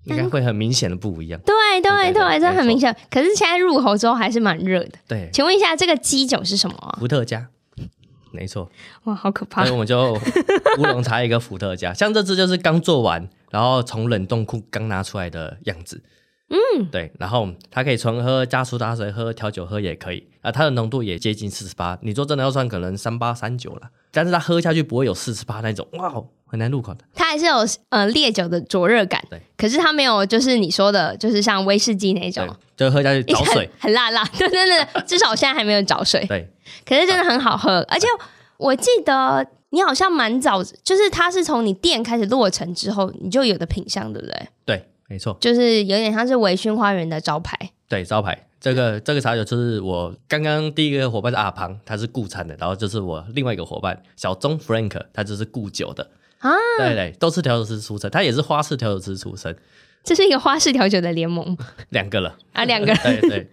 [SPEAKER 2] 应该会很明显的不一样。
[SPEAKER 1] 对对
[SPEAKER 2] 对对
[SPEAKER 1] 对，
[SPEAKER 2] 对
[SPEAKER 1] 这很
[SPEAKER 2] 没错
[SPEAKER 1] 明显。可是现在入喉之后还是蛮热的。
[SPEAKER 2] 对，
[SPEAKER 1] 请问一下，这个基酒是什么啊？
[SPEAKER 2] 伏特加，没错。
[SPEAKER 1] 哇，好可怕
[SPEAKER 2] 所以！我们就乌龙茶一个伏特加，像这只就是刚做完，然后从冷冻库刚拿出来的样子。嗯，对，然后它可以纯喝、加苏打水喝、调酒喝也可以，啊，它的浓度也接近四十八。你说真的要算，可能三八三九了，但是它喝下去不会有四十八那种，哇哦，很难入口的。
[SPEAKER 1] 它还是有呃烈酒的灼热感
[SPEAKER 2] 对，
[SPEAKER 1] 可是它没有就是你说的，就是像威士忌那
[SPEAKER 2] 对
[SPEAKER 1] 种，，。
[SPEAKER 2] 就喝下去找水
[SPEAKER 1] 很辣辣。对对对，至少我现在还没有找水。
[SPEAKER 2] 对，
[SPEAKER 1] 可是真的很好喝，而且我记得你好像蛮早，就是它是从你店开始落成之后，你就有的品相，对不对？
[SPEAKER 2] 对，没错，
[SPEAKER 1] 就是有点像是维醺花园的招牌。
[SPEAKER 2] 对，招牌。这个这个茶酒就是我刚刚第一个伙伴是阿庞，他是顾餐的，然后就是我另外一个伙伴小钟 Frank，他就是顾酒的
[SPEAKER 1] 啊，
[SPEAKER 2] 对对，都是调酒师出身，他也是花式调酒师出身，
[SPEAKER 1] 这是一个花式调酒的联盟
[SPEAKER 2] 两个了，
[SPEAKER 1] 啊，两个人。
[SPEAKER 2] 对对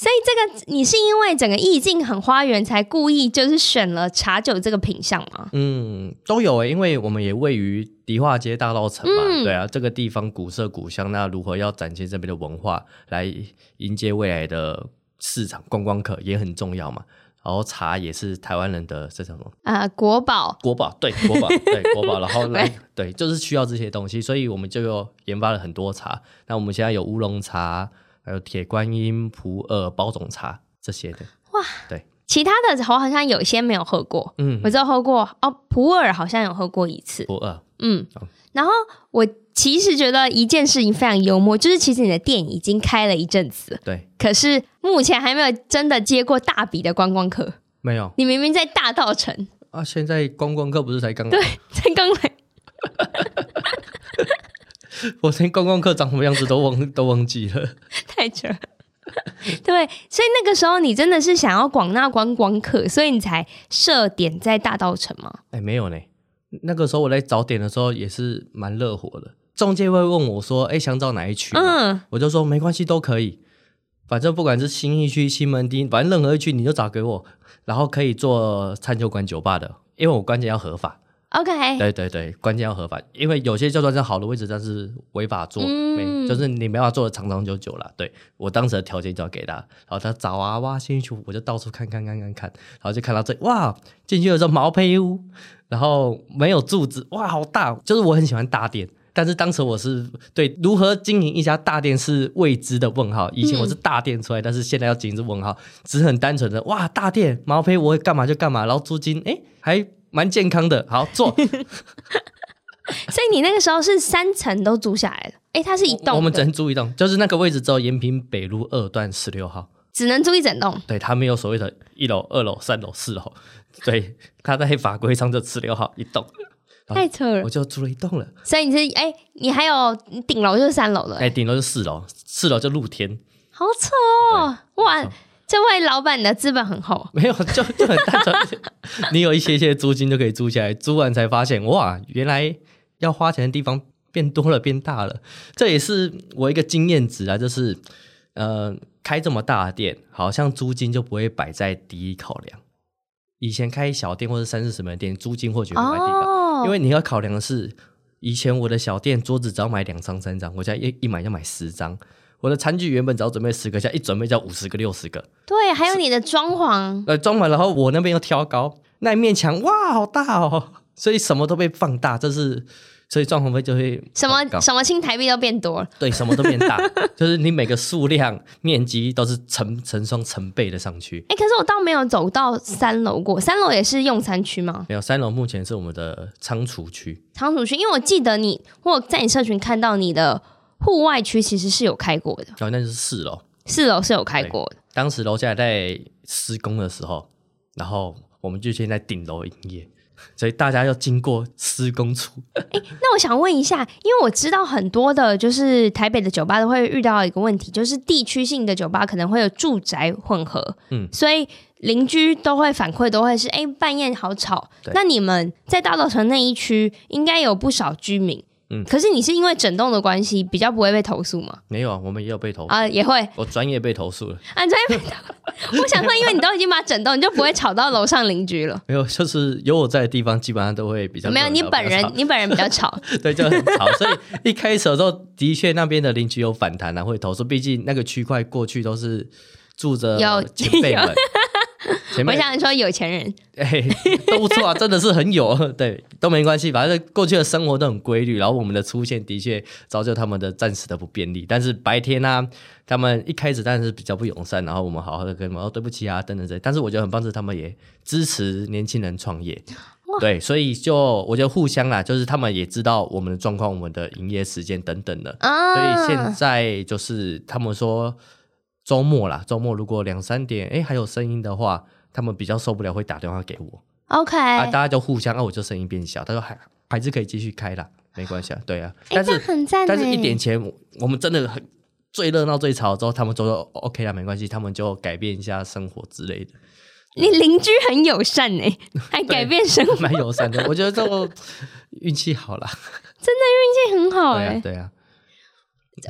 [SPEAKER 1] 所以这个你是因为整个意境很花园，才故意就是选了茶酒这个品相吗？
[SPEAKER 2] 嗯，都有诶、因为我们也位于迪化街大稻城嘛，对啊，这个地方古色古香，那如何要展现这边的文化，来迎接未来的市场观光客也很重要嘛。然后茶也是台湾人的这叫什么
[SPEAKER 1] 啊、国宝
[SPEAKER 2] 国宝，对国 宝，对国宝，然后来对，就是需要这些东西，所以我们就有研发了很多茶。那我们现在有乌龙茶，还有铁观音、普洱、包种茶这些的。
[SPEAKER 1] 哇，
[SPEAKER 2] 对，
[SPEAKER 1] 其他的我好像有些没有喝过，
[SPEAKER 2] 嗯
[SPEAKER 1] 我，只有喝过哦，普洱好像有喝过一次，
[SPEAKER 2] 普洱，
[SPEAKER 1] 嗯
[SPEAKER 2] 好，
[SPEAKER 1] 然后我其实觉得一件事情非常幽默，就是其实你的店已经开了一阵子，
[SPEAKER 2] 对，
[SPEAKER 1] 可是目前还没有真的接过大笔的观光客。
[SPEAKER 2] 没有
[SPEAKER 1] 你明明在大道城，
[SPEAKER 2] 啊，现在观光客不是才刚来，
[SPEAKER 1] 在刚来，
[SPEAKER 2] 我连观光客长什么样子都忘都忘记了。
[SPEAKER 1] 太扯了。对，所以那个时候你真的是想要广纳观光客，所以你才设点在大道城吗？
[SPEAKER 2] 哎，没有呢。那个时候我在找点的时候也是蛮热火的，中介会问我说：“哎，想找哪一区？”
[SPEAKER 1] 嗯，
[SPEAKER 2] 我就说没关系，都可以，反正不管是新一区、西门町，反正任何一区你就找给我，然后可以做餐酒馆、酒吧的，因为我关键要合法。
[SPEAKER 1] ，OK，
[SPEAKER 2] 对对对，关键要合法，因为有些就算是好的位置，但是违法做，
[SPEAKER 1] 嗯
[SPEAKER 2] 没就是你没办法做的长长久久啦。对我当时的条件就要给他，然后他找啊哇新一区，我就到处看看看看看，然后就看到这哇，进去的时候毛坯屋，然后没有柱子，哇好大，哦就是我很喜欢大店。但是当时我是对如何经营一家大店是未知的问号。以前我是大店出来，但是现在要经营是问号，只是很单纯的哇，大店毛坯我干嘛就干嘛，然后租金哎还蛮健康的，好做，
[SPEAKER 1] 所以你那个时候是三层都租下来了，诶，它是一
[SPEAKER 2] 我
[SPEAKER 1] 栋
[SPEAKER 2] 们
[SPEAKER 1] 的，
[SPEAKER 2] 整租一栋，就是那个位置只有延平北路二段十六号，
[SPEAKER 1] 只能租一整栋。
[SPEAKER 2] 对，它没有所谓的一楼、二楼、三楼、四楼，对，它在法规上就十六号一栋，好
[SPEAKER 1] 太扯了
[SPEAKER 2] 我，就租了一栋了。
[SPEAKER 1] 所以你是哎、你还有你顶楼就是三楼了、
[SPEAKER 2] 哎，顶楼就四楼，四楼就露天，
[SPEAKER 1] 好扯哦！哇，这位老板的资本很厚，
[SPEAKER 2] 没有就就很单纯。 你有一些些租金就可以租起来，租完才发现哇，原来要花钱的地方变多了，变大了。这也是我一个经验值啊，就是呃，开这么大的店，好像租金就不会摆在第一考量。以前开小店或者三四十门店，租金或许会摆第一考量
[SPEAKER 1] 哦，
[SPEAKER 2] 因为你要考量的是，以前我的小店桌子只要买两张三张，我现在一一买要买十张。我的餐具原本只要准备十个，现在一准备就要五十个六十个。
[SPEAKER 1] 对，还有你的装潢，
[SPEAKER 2] 呃，装满，然后我那边又挑高，那一面墙哇，好大哦，所以什么都被放大，这是所以装潢费就会
[SPEAKER 1] 什
[SPEAKER 2] 很高
[SPEAKER 1] 么什么新台币都变多了，
[SPEAKER 2] 对，什么都变大，就是你每个数量面积都是成成双成倍的上去。
[SPEAKER 1] 哎、可是我倒没有走到三楼过，三楼也是用餐区吗？
[SPEAKER 2] 没有，三楼目前是我们的仓储区，
[SPEAKER 1] 仓储区，因为我记得你，我有在你社群看到你的户外区其实是有开过的，
[SPEAKER 2] 然后那就是四楼。
[SPEAKER 1] 四楼是有开过的，
[SPEAKER 2] 当时楼下在施工的时候，然后我们就先在顶楼营业，所以大家要经过施工处。
[SPEAKER 1] 那我想问一下，因为我知道很多的，就是台北的酒吧都会遇到一个问题，就是地区性的酒吧可能会有住宅混合，嗯
[SPEAKER 2] 嗯，
[SPEAKER 1] 所以邻居都会反馈都会是，哎、半夜好吵。
[SPEAKER 2] 对
[SPEAKER 1] 那你们在大稻城那一区应该有不少居民，嗯，
[SPEAKER 2] 嗯
[SPEAKER 1] 可是你是因为整栋的关系，比较不会被投诉吗？
[SPEAKER 2] 没有啊，我们也有被投诉，
[SPEAKER 1] 啊，也会
[SPEAKER 2] 我专业被投诉了。
[SPEAKER 1] 啊，专业被投。我想说，因为你都已经把整栋，你就不会吵到楼上邻居了。
[SPEAKER 2] 没有，就是有我在的地方，基本上都会比较
[SPEAKER 1] 没有，
[SPEAKER 2] 热闹
[SPEAKER 1] 你本
[SPEAKER 2] 比较
[SPEAKER 1] 人
[SPEAKER 2] 吵
[SPEAKER 1] 你本人比较吵，
[SPEAKER 2] 对就很吵，所以一开始的时候，的确那边的邻居有反弹啊，会投诉，毕竟那个区块过去都是住着
[SPEAKER 1] 有
[SPEAKER 2] 前辈们，前
[SPEAKER 1] 我
[SPEAKER 2] 辈
[SPEAKER 1] 想说有钱人，
[SPEAKER 2] 哎都不错啊，真的是很有， 对都没关系，反正过去的生活都很规律，然后我们的出现的确造就他们的暂时的不便利，但是白天呢、他们一开始当然是比较不友善，然后我们好好的跟他们哦对不起啊等等这，但是我觉得很棒是他们也支持年轻人创业，对，所以就我觉得互相啦，就是他们也知道我们的状况、我们的营业时间等等的，所
[SPEAKER 1] 啊，
[SPEAKER 2] 以现在就是他们说周末啦，周末如果两三点哎还有声音的话，他们比较受不了会打电话给我
[SPEAKER 1] OK，
[SPEAKER 2] 啊，大家就互相啊，我就声音变小，他说还还是可以继续开啦，没关系啊，对啊，
[SPEAKER 1] 哎，
[SPEAKER 2] 但
[SPEAKER 1] 这
[SPEAKER 2] 是
[SPEAKER 1] 样很赞
[SPEAKER 2] 但是一
[SPEAKER 1] 呢
[SPEAKER 2] 点前我我们真的很最热闹最吵之后，他们就说哦 OK 啦，没关系，他们就改变一下生活之类的。
[SPEAKER 1] 你邻居很友善呢、还改变生活，
[SPEAKER 2] 蛮友善的，我觉得这种运气好啦。
[SPEAKER 1] 这很好
[SPEAKER 2] 对
[SPEAKER 1] 哎、
[SPEAKER 2] 啊，对啊，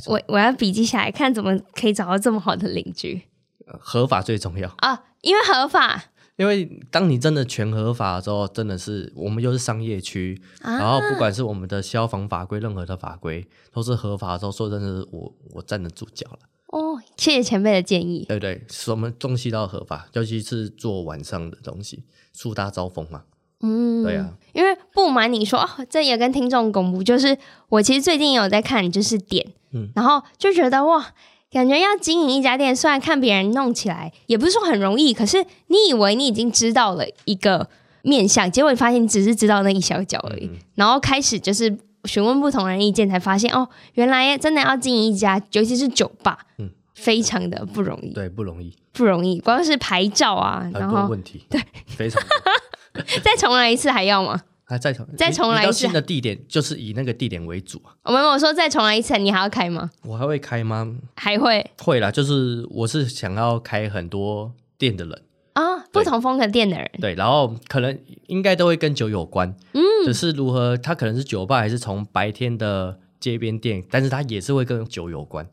[SPEAKER 1] 我我要笔记下来，看怎么可以找到这么好的邻居
[SPEAKER 2] 呃合法最重要，
[SPEAKER 1] 啊！因为合法
[SPEAKER 2] 因为当你真的全合法的时候，真的是我们又是商业区，然
[SPEAKER 1] 啊，
[SPEAKER 2] 后不管是我们的消防法规，任何的法规都是合法的时候，说真的，我我站得住脚了。
[SPEAKER 1] 哦，谢谢前辈的建议。
[SPEAKER 2] 对不对？什么东西都要合法，尤其是做晚上的东西，树大招风嘛。
[SPEAKER 1] 嗯，
[SPEAKER 2] 对啊，
[SPEAKER 1] 因为不瞒你说，哦、这也跟听众公布，就是我其实最近有在看，就是点，
[SPEAKER 2] 嗯
[SPEAKER 1] 然后就觉得哇，感觉要经营一家店，虽然看别人弄起来也不是说很容易，可是你以为你已经知道了一个面相，结果你发现你只是知道那一小角而已，
[SPEAKER 2] 嗯
[SPEAKER 1] 然后开始就是询问不同人意见，才发现哦，原来真的要经营一家，尤其是酒吧，
[SPEAKER 2] 嗯
[SPEAKER 1] 非常的不容易，
[SPEAKER 2] 对，不容易，
[SPEAKER 1] 不容易，光是牌照啊，
[SPEAKER 2] 很
[SPEAKER 1] 然
[SPEAKER 2] 多
[SPEAKER 1] 后
[SPEAKER 2] 问题，对，非常多。
[SPEAKER 1] 再重来一次还要吗？
[SPEAKER 2] 还再重
[SPEAKER 1] 再重来一
[SPEAKER 2] 移移到
[SPEAKER 1] 次
[SPEAKER 2] 新的地点，就是以那个地点为主啊。
[SPEAKER 1] 我们我说再重来一次，你还要开吗？
[SPEAKER 2] 我还会开吗？
[SPEAKER 1] 还会
[SPEAKER 2] 会啦，就是我是想要开很多店的人，
[SPEAKER 1] 啊、不同风格店的人，
[SPEAKER 2] 对，然后可能应该都会跟酒有关，嗯，只是如何，它可能是酒吧，还是从白天的街边店，但是它也是会跟酒有关。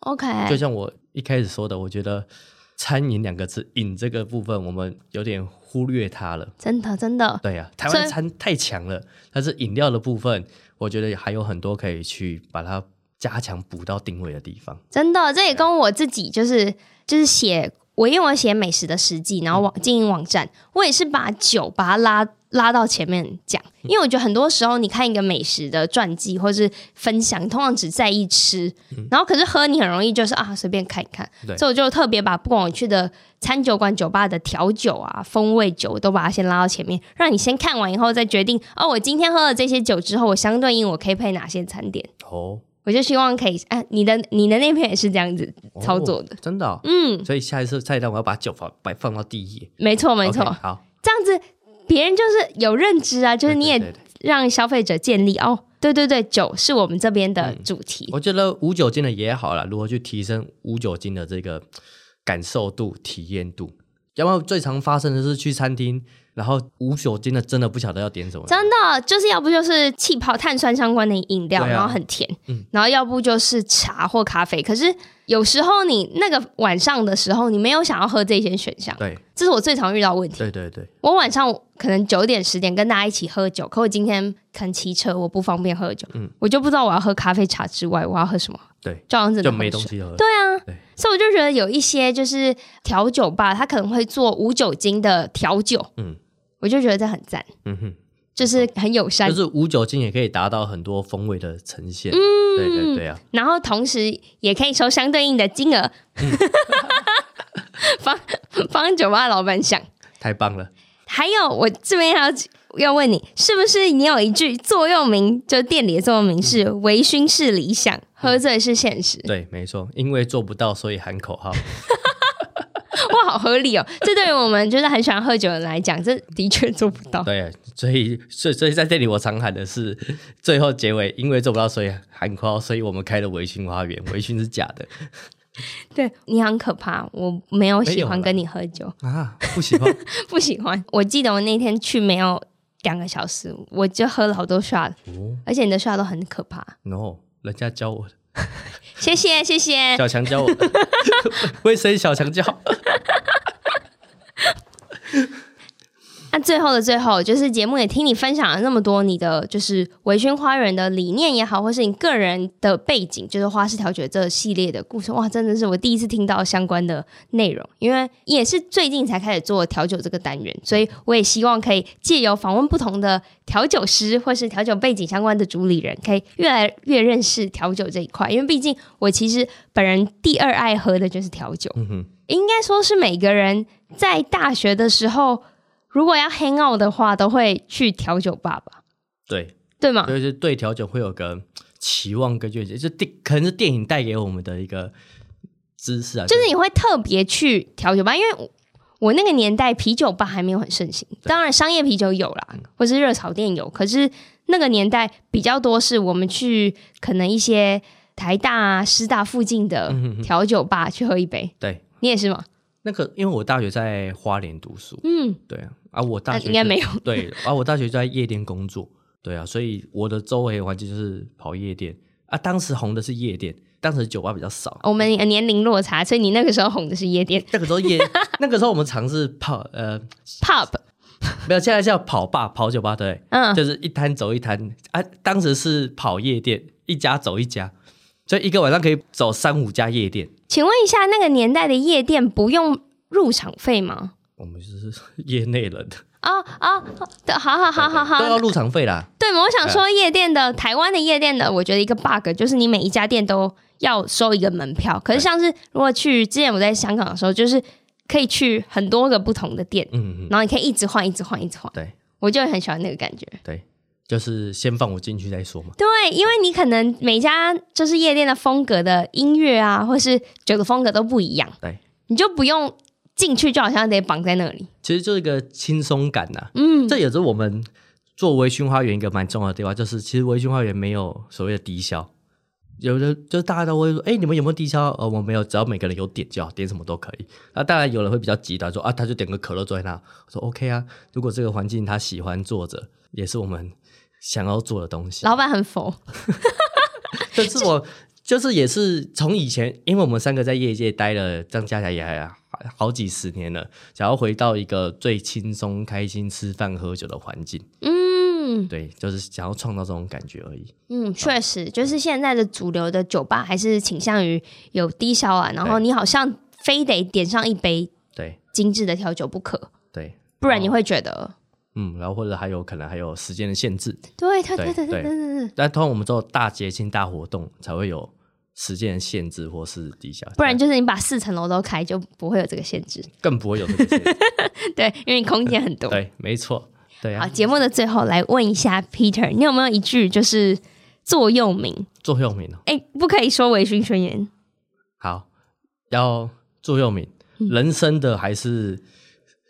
[SPEAKER 1] OK，
[SPEAKER 2] 就像我一开始说的，我觉得“餐饮”两个字，饮这个部分我们有点忽略它了。
[SPEAKER 1] 真的真的，
[SPEAKER 2] 对呀、啊，台
[SPEAKER 1] 所以
[SPEAKER 2] 湾餐太强了，但是饮料的部分，我觉得还有很多可以去把它加强补到定位的地方。
[SPEAKER 1] 真的，这也跟我自己就是就是写我因为我写美食的实际，然后网经营网站，我也是把酒把它拉拉到前面讲，因为我觉得很多时候你看一个美食的传记或是分享，通常只在意吃，然后可是喝你很容易就是啊随便看一看，
[SPEAKER 2] 对
[SPEAKER 1] 所以我就特别把不管我去的餐酒馆、酒吧的调酒啊、风味酒都把它先拉到前面，让你先看完以后再决定哦，我今天喝了这些酒之后，我相对应我可以配哪些餐点。
[SPEAKER 2] 哦，
[SPEAKER 1] 我就希望可以，啊，你的你的那篇也是这样子
[SPEAKER 2] 哦
[SPEAKER 1] 操作的，
[SPEAKER 2] 真的哦、
[SPEAKER 1] 嗯，
[SPEAKER 2] 所以下一次菜单我要把酒放摆放到第一页。
[SPEAKER 1] 没错没错
[SPEAKER 2] OK，好，
[SPEAKER 1] 这样子别人就是有认知啊，就是你
[SPEAKER 2] 对
[SPEAKER 1] 也
[SPEAKER 2] 对对对
[SPEAKER 1] 让消费者建立哦，对对对，酒是我们这边的
[SPEAKER 2] 嗯
[SPEAKER 1] 主题，
[SPEAKER 2] 我觉得无酒精的也好啦，如何去提升无酒精的这个感受度、体验度？要不然最常发生的是去餐厅，然后无酒精的真的不晓得要点什么。
[SPEAKER 1] 真的就是要不就是气泡碳酸相关的饮料，
[SPEAKER 2] 对啊
[SPEAKER 1] 然后很甜，
[SPEAKER 2] 嗯
[SPEAKER 1] 然后要不就是茶或咖啡，可是有时候你那个晚上的时候，你没有想要喝这些选项，
[SPEAKER 2] 对
[SPEAKER 1] 这是我最常遇到的问题。
[SPEAKER 2] 对对对，
[SPEAKER 1] 我晚上可能九点十点跟大家一起喝酒，可我今天可能骑车，我不方便喝酒，
[SPEAKER 2] 嗯
[SPEAKER 1] 我就不知道我要喝咖啡茶之外，我要喝什么，
[SPEAKER 2] 对，
[SPEAKER 1] 就好像真的
[SPEAKER 2] 就没东
[SPEAKER 1] 喝水。
[SPEAKER 2] 西喝。
[SPEAKER 1] 对啊，
[SPEAKER 2] 对
[SPEAKER 1] 所以我就觉得有一些就是调酒吧，它可能会做无酒精的调酒，
[SPEAKER 2] 嗯
[SPEAKER 1] 我就觉得这很赞，
[SPEAKER 2] 嗯哼。嗯
[SPEAKER 1] 就是很友善，
[SPEAKER 2] 就是无酒精也可以达到很多风味的呈
[SPEAKER 1] 嗯
[SPEAKER 2] 现。对对对啊，
[SPEAKER 1] 然后同时也可以收相对应的金额，
[SPEAKER 2] 嗯
[SPEAKER 1] 帮帮酒吧老板想。
[SPEAKER 2] 太棒了！
[SPEAKER 1] 还有，我这边还要要问你，是不是你有一句座右铭，就店里的座右铭是“微醺是理想，喝醉是现 实
[SPEAKER 2] 对，没错，因为做不到，所以喊 口号。”？
[SPEAKER 1] 哇，好合理哦！这对于我们就是很喜欢喝酒的人来讲，这的确做不到。
[SPEAKER 2] 对，所以所以所以在这里我常喊的是最后结尾，因为做不到，所以喊口号，所以我们开了微醺花园，微醺是假的
[SPEAKER 1] 对你很可怕，我没有
[SPEAKER 2] 没
[SPEAKER 1] 喜
[SPEAKER 2] 有
[SPEAKER 1] 欢
[SPEAKER 2] 啦
[SPEAKER 1] 跟你喝酒，
[SPEAKER 2] 啊，不喜欢。
[SPEAKER 1] 不喜欢。我记得我那天去没有两个小时，我就喝了好多 shot，
[SPEAKER 2] 哦
[SPEAKER 1] 而且你的 shot 都很可怕。
[SPEAKER 2] ，no，人家教我的，
[SPEAKER 1] 谢谢，谢谢。
[SPEAKER 2] 小强教我 的，卫生小强教。
[SPEAKER 1] 那最后的最后，就是节目也听你分享了那么多你的就是维醺花园的理念也好，或是你个人的背景，就是花式调酒这系列的故事，哇，啊真的是我第一次听到相关的内容，因为也是最近才开始做调酒这个单元，所以我也希望可以借由访问不同的调酒师或是调酒背景相关的主理人，可以越来越认识调酒这一块，因为毕竟我其实本人第二爱喝的就是调酒。
[SPEAKER 2] 嗯哼，
[SPEAKER 1] 应该说是每个人在大学的时候，如果要 hang out 的话，都会去调酒吧吧，
[SPEAKER 2] 对，
[SPEAKER 1] 对吗？
[SPEAKER 2] 就是对调酒会有个期望跟愿景，就电可能是电影带给我们的一个知识啊，
[SPEAKER 1] 就是你会特别去调酒吧，因为我我那个年代啤酒吧还没有很盛行，当然商业啤酒有啦，或是热炒店有，可是那个年代比较多是我们去可能一些台大啊、师大附近的
[SPEAKER 2] 嗯哼哼
[SPEAKER 1] 调酒吧去喝一杯，
[SPEAKER 2] 对。
[SPEAKER 1] 你也是吗？
[SPEAKER 2] 那个，因为我大学在花莲读书，
[SPEAKER 1] 嗯，
[SPEAKER 2] 对啊，啊，我大
[SPEAKER 1] 那
[SPEAKER 2] 学
[SPEAKER 1] 应该
[SPEAKER 2] 是
[SPEAKER 1] 没有，
[SPEAKER 2] 对，啊，我大学就在夜店工作，对啊，所以我的周围环境就是跑夜店啊。当时红的是夜店，当时酒吧比较少。
[SPEAKER 1] 我们年龄落差，所以你那个时候红的是夜店
[SPEAKER 2] 那个时候夜， 那个时候我们尝试跑，呃，
[SPEAKER 1] pub，
[SPEAKER 2] 没有，现在叫跑吧、跑酒吧，对不对，
[SPEAKER 1] 嗯，
[SPEAKER 2] 就是一摊走一摊啊。当时是跑夜店，一家走一家，所以一个晚上可以走三五家夜店，
[SPEAKER 1] 请问一下，那个年代的夜店不用入场费吗？
[SPEAKER 2] 我们是业内人，
[SPEAKER 1] 哦哦，对，好 好好好好，
[SPEAKER 2] 都要入场费啦。
[SPEAKER 1] 对，我想说夜店的、台湾的夜店的，我觉得一个 bug 就是你每一家店都要收一个门票。可是像是如果去之前我在香港的时候，就是可以去很多个不同的店，
[SPEAKER 2] 嗯嗯，
[SPEAKER 1] 然后你可以一直换、一直换、一直换。
[SPEAKER 2] 对，
[SPEAKER 1] 我就很喜欢那个感觉。
[SPEAKER 2] 对，就是先放我进去再说嘛。
[SPEAKER 1] 对，因为你可能每家就是夜店的风格的音乐啊，或是酒的风格都不一样，
[SPEAKER 2] 对，
[SPEAKER 1] 你就不用进去就好像得绑在那里。
[SPEAKER 2] 其实就是一个轻松感啊呐、
[SPEAKER 1] 嗯，
[SPEAKER 2] 这也是我们做微醺花园一个蛮重要的地方，就是其实微醺花园没有所谓的低消，有的就是大家都会说，哎，你们有没有低消？呃，我没有，只要每个人有点就好，点什么都可以。那当然有人会比较极端，说啊，他就点个可乐坐在那。我说 OK 啊，如果这个环境他喜欢坐着，也是我们想要做的东西。
[SPEAKER 1] 老板很佛，
[SPEAKER 2] 但是我就是也是从以前，因为我们三个在业界待了，这样加起来也还好几十年了，想要回到一个最轻松、开心、吃饭喝酒的环境，
[SPEAKER 1] 嗯
[SPEAKER 2] 对，就是想要创造这种感觉而已。
[SPEAKER 1] 嗯，确实，就是现在的主流的酒吧还是倾向于有低消啊，然后你好像非得点上一杯
[SPEAKER 2] 对
[SPEAKER 1] 精致的调酒不可，
[SPEAKER 2] 对，
[SPEAKER 1] 不然你会觉得，
[SPEAKER 2] 嗯，然后或者还有可能还有时间的限制，
[SPEAKER 1] 对对对
[SPEAKER 2] 对
[SPEAKER 1] 对对
[SPEAKER 2] 对
[SPEAKER 1] 对对，
[SPEAKER 2] 但通常我们只有大节庆、大活动才会有时间的限制或是低下，
[SPEAKER 1] 不然就是你把四层楼都开就不会有这个限制，
[SPEAKER 2] 更不会有这个限制。
[SPEAKER 1] 对，因为你空间很多。
[SPEAKER 2] 对，没错，对
[SPEAKER 1] 好，
[SPEAKER 2] 啊，
[SPEAKER 1] 节目的最后来问一下 Peter，你有没有一句就是座右铭？
[SPEAKER 2] 座右铭哦。
[SPEAKER 1] 哎、不可以说微醺宣言，
[SPEAKER 2] 好，要座右铭，人生的还是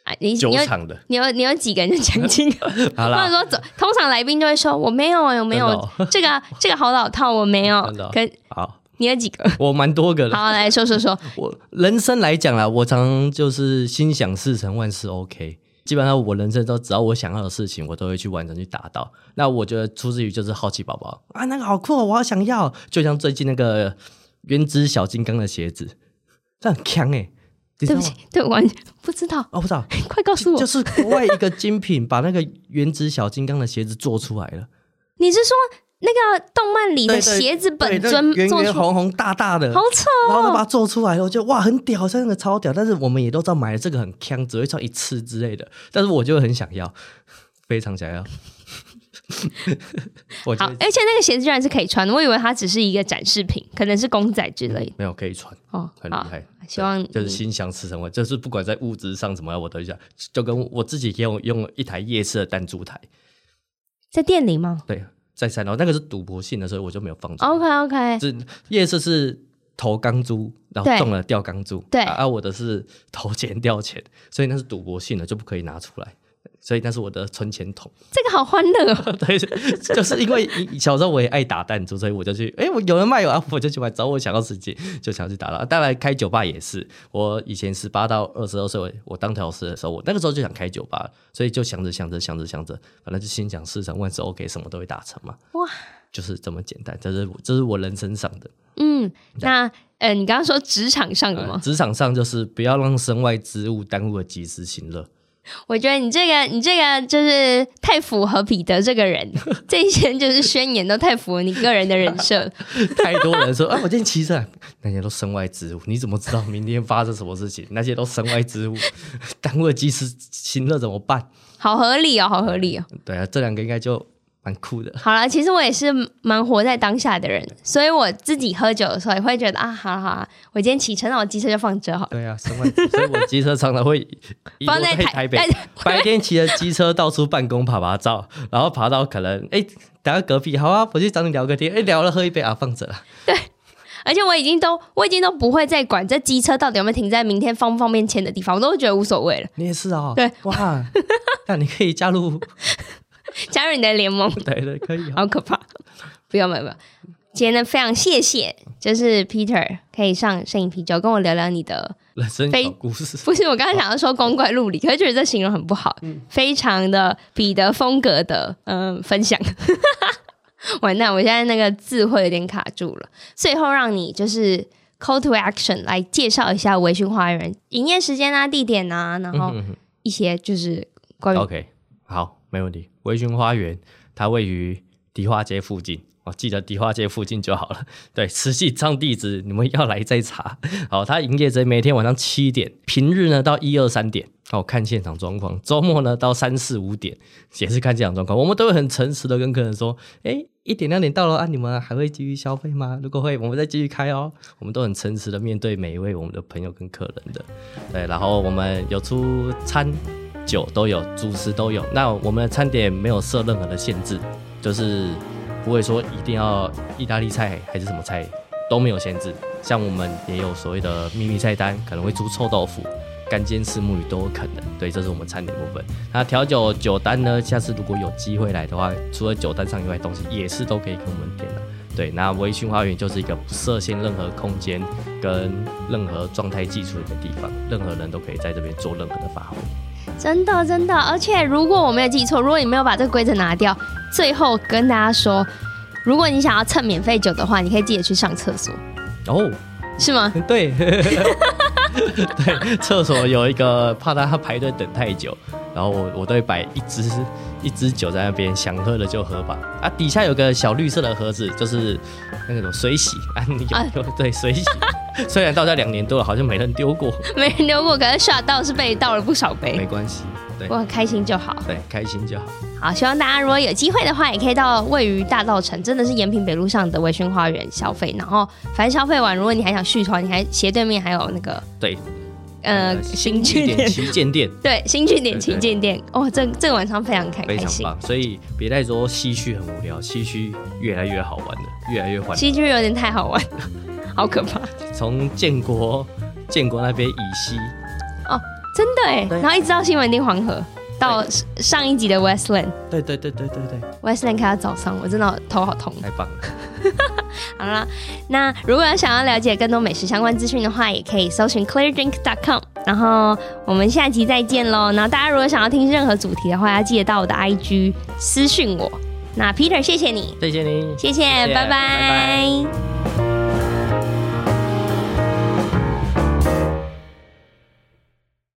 [SPEAKER 1] 啊，嗯你
[SPEAKER 2] 酒
[SPEAKER 1] 你有
[SPEAKER 2] 厂 的。
[SPEAKER 1] 你有你有几个人就讲清楚，
[SPEAKER 2] 好
[SPEAKER 1] 或者
[SPEAKER 2] 啦，
[SPEAKER 1] 说走，通常来宾就会说我没有，我没有、
[SPEAKER 2] 真哦
[SPEAKER 1] 这个这个好老套，我没有啊
[SPEAKER 2] 真的哦。
[SPEAKER 1] 可
[SPEAKER 2] 好，
[SPEAKER 1] 你有几个？
[SPEAKER 2] 我蛮多个的。哦
[SPEAKER 1] 好，来说说 说，
[SPEAKER 2] 我人生来讲啦，我常就是心想事成，万事 OK。基本上我人生中只要我想要的事情，我都会去完成去达到。那我觉得出自于就是好奇宝宝啊，那个好酷、哦，我好想要。就像最近那个原子小金刚的鞋子，这很强哎、你知
[SPEAKER 1] 对不
[SPEAKER 2] 道吗
[SPEAKER 1] 起？，对，完全不知道，
[SPEAKER 2] 哦，不知道，
[SPEAKER 1] 快告诉我
[SPEAKER 2] 就，是国外一个精品，把那个原子小金刚的鞋子做出来了。
[SPEAKER 1] 你是说那个动漫里的
[SPEAKER 2] 对对
[SPEAKER 1] 鞋子 本
[SPEAKER 2] 对
[SPEAKER 1] 尊
[SPEAKER 2] 那圆
[SPEAKER 1] 做
[SPEAKER 2] 圆
[SPEAKER 1] 出来？
[SPEAKER 2] 红红大大的，
[SPEAKER 1] 好丑
[SPEAKER 2] 然后就把它做出来了，我觉得哇很屌，真的超屌。但是我们也都知道买了这个很坑，只会穿一次之类的。但是我就很想要， 非常想要。我 觉
[SPEAKER 1] 好
[SPEAKER 2] 得，
[SPEAKER 1] 而且那个鞋子居然是可以穿的，我以为它只是一个展示品，可能是公仔之类的。
[SPEAKER 2] 没有可以穿，
[SPEAKER 1] 哦，
[SPEAKER 2] 很厉
[SPEAKER 1] 好，
[SPEAKER 2] 害。
[SPEAKER 1] 希望嗯
[SPEAKER 2] 就是
[SPEAKER 1] 你
[SPEAKER 2] 心想事成，我就是不管在物质上怎么样，我都想。就跟我自己也有用一台夜市的弹珠台，
[SPEAKER 1] 在店里吗
[SPEAKER 2] 对，在三楼那个是赌博性的，所以我就没有放出来。
[SPEAKER 1] ？OK OK，
[SPEAKER 2] 是夜市是投钢珠，然后
[SPEAKER 1] 对
[SPEAKER 2] 中了掉钢珠，
[SPEAKER 1] 对
[SPEAKER 2] 啊，啊我的是投钱掉钱，所以那是赌博性的，就不可以拿出来。所以那是我的存钱筒，
[SPEAKER 1] 这个好欢乐哦。
[SPEAKER 2] 对，就是因为小时候我也爱打弹珠，所以我就去，哎、我有人卖啊，我就去买，找我想要时间就想去打了。当然开酒吧也是，我以前十八到二十二岁，我我当调师的时候，我那个时候就想开酒吧，所以就想着想着想着想着，反正就心想事成，万事 OK，什么都会达成嘛，
[SPEAKER 1] 哇，
[SPEAKER 2] 就是这么简单。这是我这是我人生上的。
[SPEAKER 1] 嗯，那呃，你刚刚说职场上的
[SPEAKER 2] 呃
[SPEAKER 1] 吗？
[SPEAKER 2] 职场上就是不要让身外之物耽误了及时行乐。
[SPEAKER 1] 我觉得你这个，你这个就是太符合彼得这个 人，这些就是宣言都太符合你个人的人设。
[SPEAKER 2] 太多人说，啊， 我今天骑车，那些都身外之物，你怎么知道明天发生什么事情？那些都身外之物， 耽误了及时行乐怎么办？
[SPEAKER 1] 好合理哦，好合理哦。
[SPEAKER 2] 对啊，这两个应该就蛮酷的。
[SPEAKER 1] 好了，其实我也是蛮活在当下的人，所以我自己喝酒的时候也会觉得啊，好了好了，我今天骑车，那我机车就放这好了，
[SPEAKER 2] 对啊，身外之物， 所以我机车常常会一
[SPEAKER 1] 放
[SPEAKER 2] 我
[SPEAKER 1] 在哎
[SPEAKER 2] 在台北， 白天骑着机车到处办公爬爬照，然后爬到可能哎、等下隔壁好啊，我去找你聊个天，哎、聊了喝一杯啊，放着啦。
[SPEAKER 1] 而且我已经都我已经都不会再管这机车到底有没有停在明天方不方便签的地方，我都觉得无所谓了。
[SPEAKER 2] 你也是哦，
[SPEAKER 1] 对，
[SPEAKER 2] 哇，那你可以加入，
[SPEAKER 1] 加入你的联盟，
[SPEAKER 2] 对对，可以、哦。
[SPEAKER 1] 好可怕！不要不要不要！今天呢，非常谢谢，就是 Peter 可以上摄影啤酒跟我聊聊你的，
[SPEAKER 2] 人生
[SPEAKER 1] 非
[SPEAKER 2] 小故事，
[SPEAKER 1] 不是我刚刚想要说光怪陆离，可是觉得这形容很不好，
[SPEAKER 2] 嗯
[SPEAKER 1] 非常的彼得风格的嗯、分享。 完蛋，我现在那个字会有点卡住了。最后让你就是 call to action 来介绍一下微醺花园营业时间啊、地点啊，然后
[SPEAKER 2] 嗯
[SPEAKER 1] 一些就是关于
[SPEAKER 2] OK，好，没问题。微醺花园它位于迪化街附近，哦，记得迪化街附近就好了。 对，实际上地址你们要来再查。 好，它营业至每天晚上七点，平日呢到一二三点。哦，看现场状况。周末呢到三四五点也是看现场状况。我们都会很诚实的跟客人说，哎，一点两点到了啊，你们还会继续消费吗？如果会，我们再继续开哦。 我们都很诚实的面对每一位我们的朋友跟客人的。对，然后我们有出餐。酒都有，主食都有。那我们的餐点没有设任何的限制，就是不会说一定要意大利菜还是什么菜都没有限制。像我们也有所谓的秘密菜单，可能会出臭豆腐、干煎丝木鱼都有可能。对，这是我们餐点部分。那调酒酒单呢？下次如果有机会来的话，除了酒单上以外，东西也是都可以跟我们点的。对，那微醺花园就是一个不设限任何空间跟任何状态技术的一个地方，任何人都可以在这边做任何的发挥。
[SPEAKER 1] 真的真的，而且如果我没有记错，如果你没有把这个规则拿掉，最后跟大家说，如果你想要蹭免费酒的话，你可以记得去上厕所，
[SPEAKER 2] 哦，
[SPEAKER 1] 是吗？
[SPEAKER 2] 对，对，厕所有一个怕大家排队等太久，然后我我都会摆一支一支酒在那边，想喝的就喝吧。啊，底下有个小绿色的盒子，就是那个什么水洗啊，你
[SPEAKER 1] 哎
[SPEAKER 2] 有有对 水洗，虽然到家两年多了，好像没人丢过，
[SPEAKER 1] 没人留过，可是刷到是被倒了不少
[SPEAKER 2] 没
[SPEAKER 1] 杯，
[SPEAKER 2] 关系，对
[SPEAKER 1] 我很开心就好。
[SPEAKER 2] 对，开心就好。
[SPEAKER 1] 好，希望大家如果有机会的话，也可以到位于大道城，真的是延平北路上的微醺花园消费。然后，反正消费完，如果你还想续团，你还斜对面还有那个
[SPEAKER 2] 对，
[SPEAKER 1] 呃新据
[SPEAKER 2] 点
[SPEAKER 1] 点，
[SPEAKER 2] 旗舰店。
[SPEAKER 1] 对新据点
[SPEAKER 2] 对
[SPEAKER 1] 旗舰店。哦，这这个晚上非常开
[SPEAKER 2] 非
[SPEAKER 1] 开
[SPEAKER 2] 常
[SPEAKER 1] 心，
[SPEAKER 2] 棒，所以别再说西区很无聊，西区越来越好玩了，越来越欢乐。
[SPEAKER 1] 西剧有点太好玩，好可怕
[SPEAKER 2] 从建国建国那边以西
[SPEAKER 1] 哦，真的哎。
[SPEAKER 2] 对
[SPEAKER 1] 然后一直到新闻町黄河，到上一集的 Westland，Westland
[SPEAKER 2] 对对对对对对，
[SPEAKER 1] 开到早上，我真的头好痛。
[SPEAKER 2] 太棒了！
[SPEAKER 1] 好啦，那如果想要了解更多美食相关资讯的话，也可以搜寻 cleardrink.com。然后我们下集再见喽。然后大家如果想要听任何主题的话，要记得到我的 IG 私讯我。那 Peter，谢谢你，
[SPEAKER 2] 谢谢您，
[SPEAKER 1] 谢谢，
[SPEAKER 2] 谢谢
[SPEAKER 1] 拜拜
[SPEAKER 2] 拜拜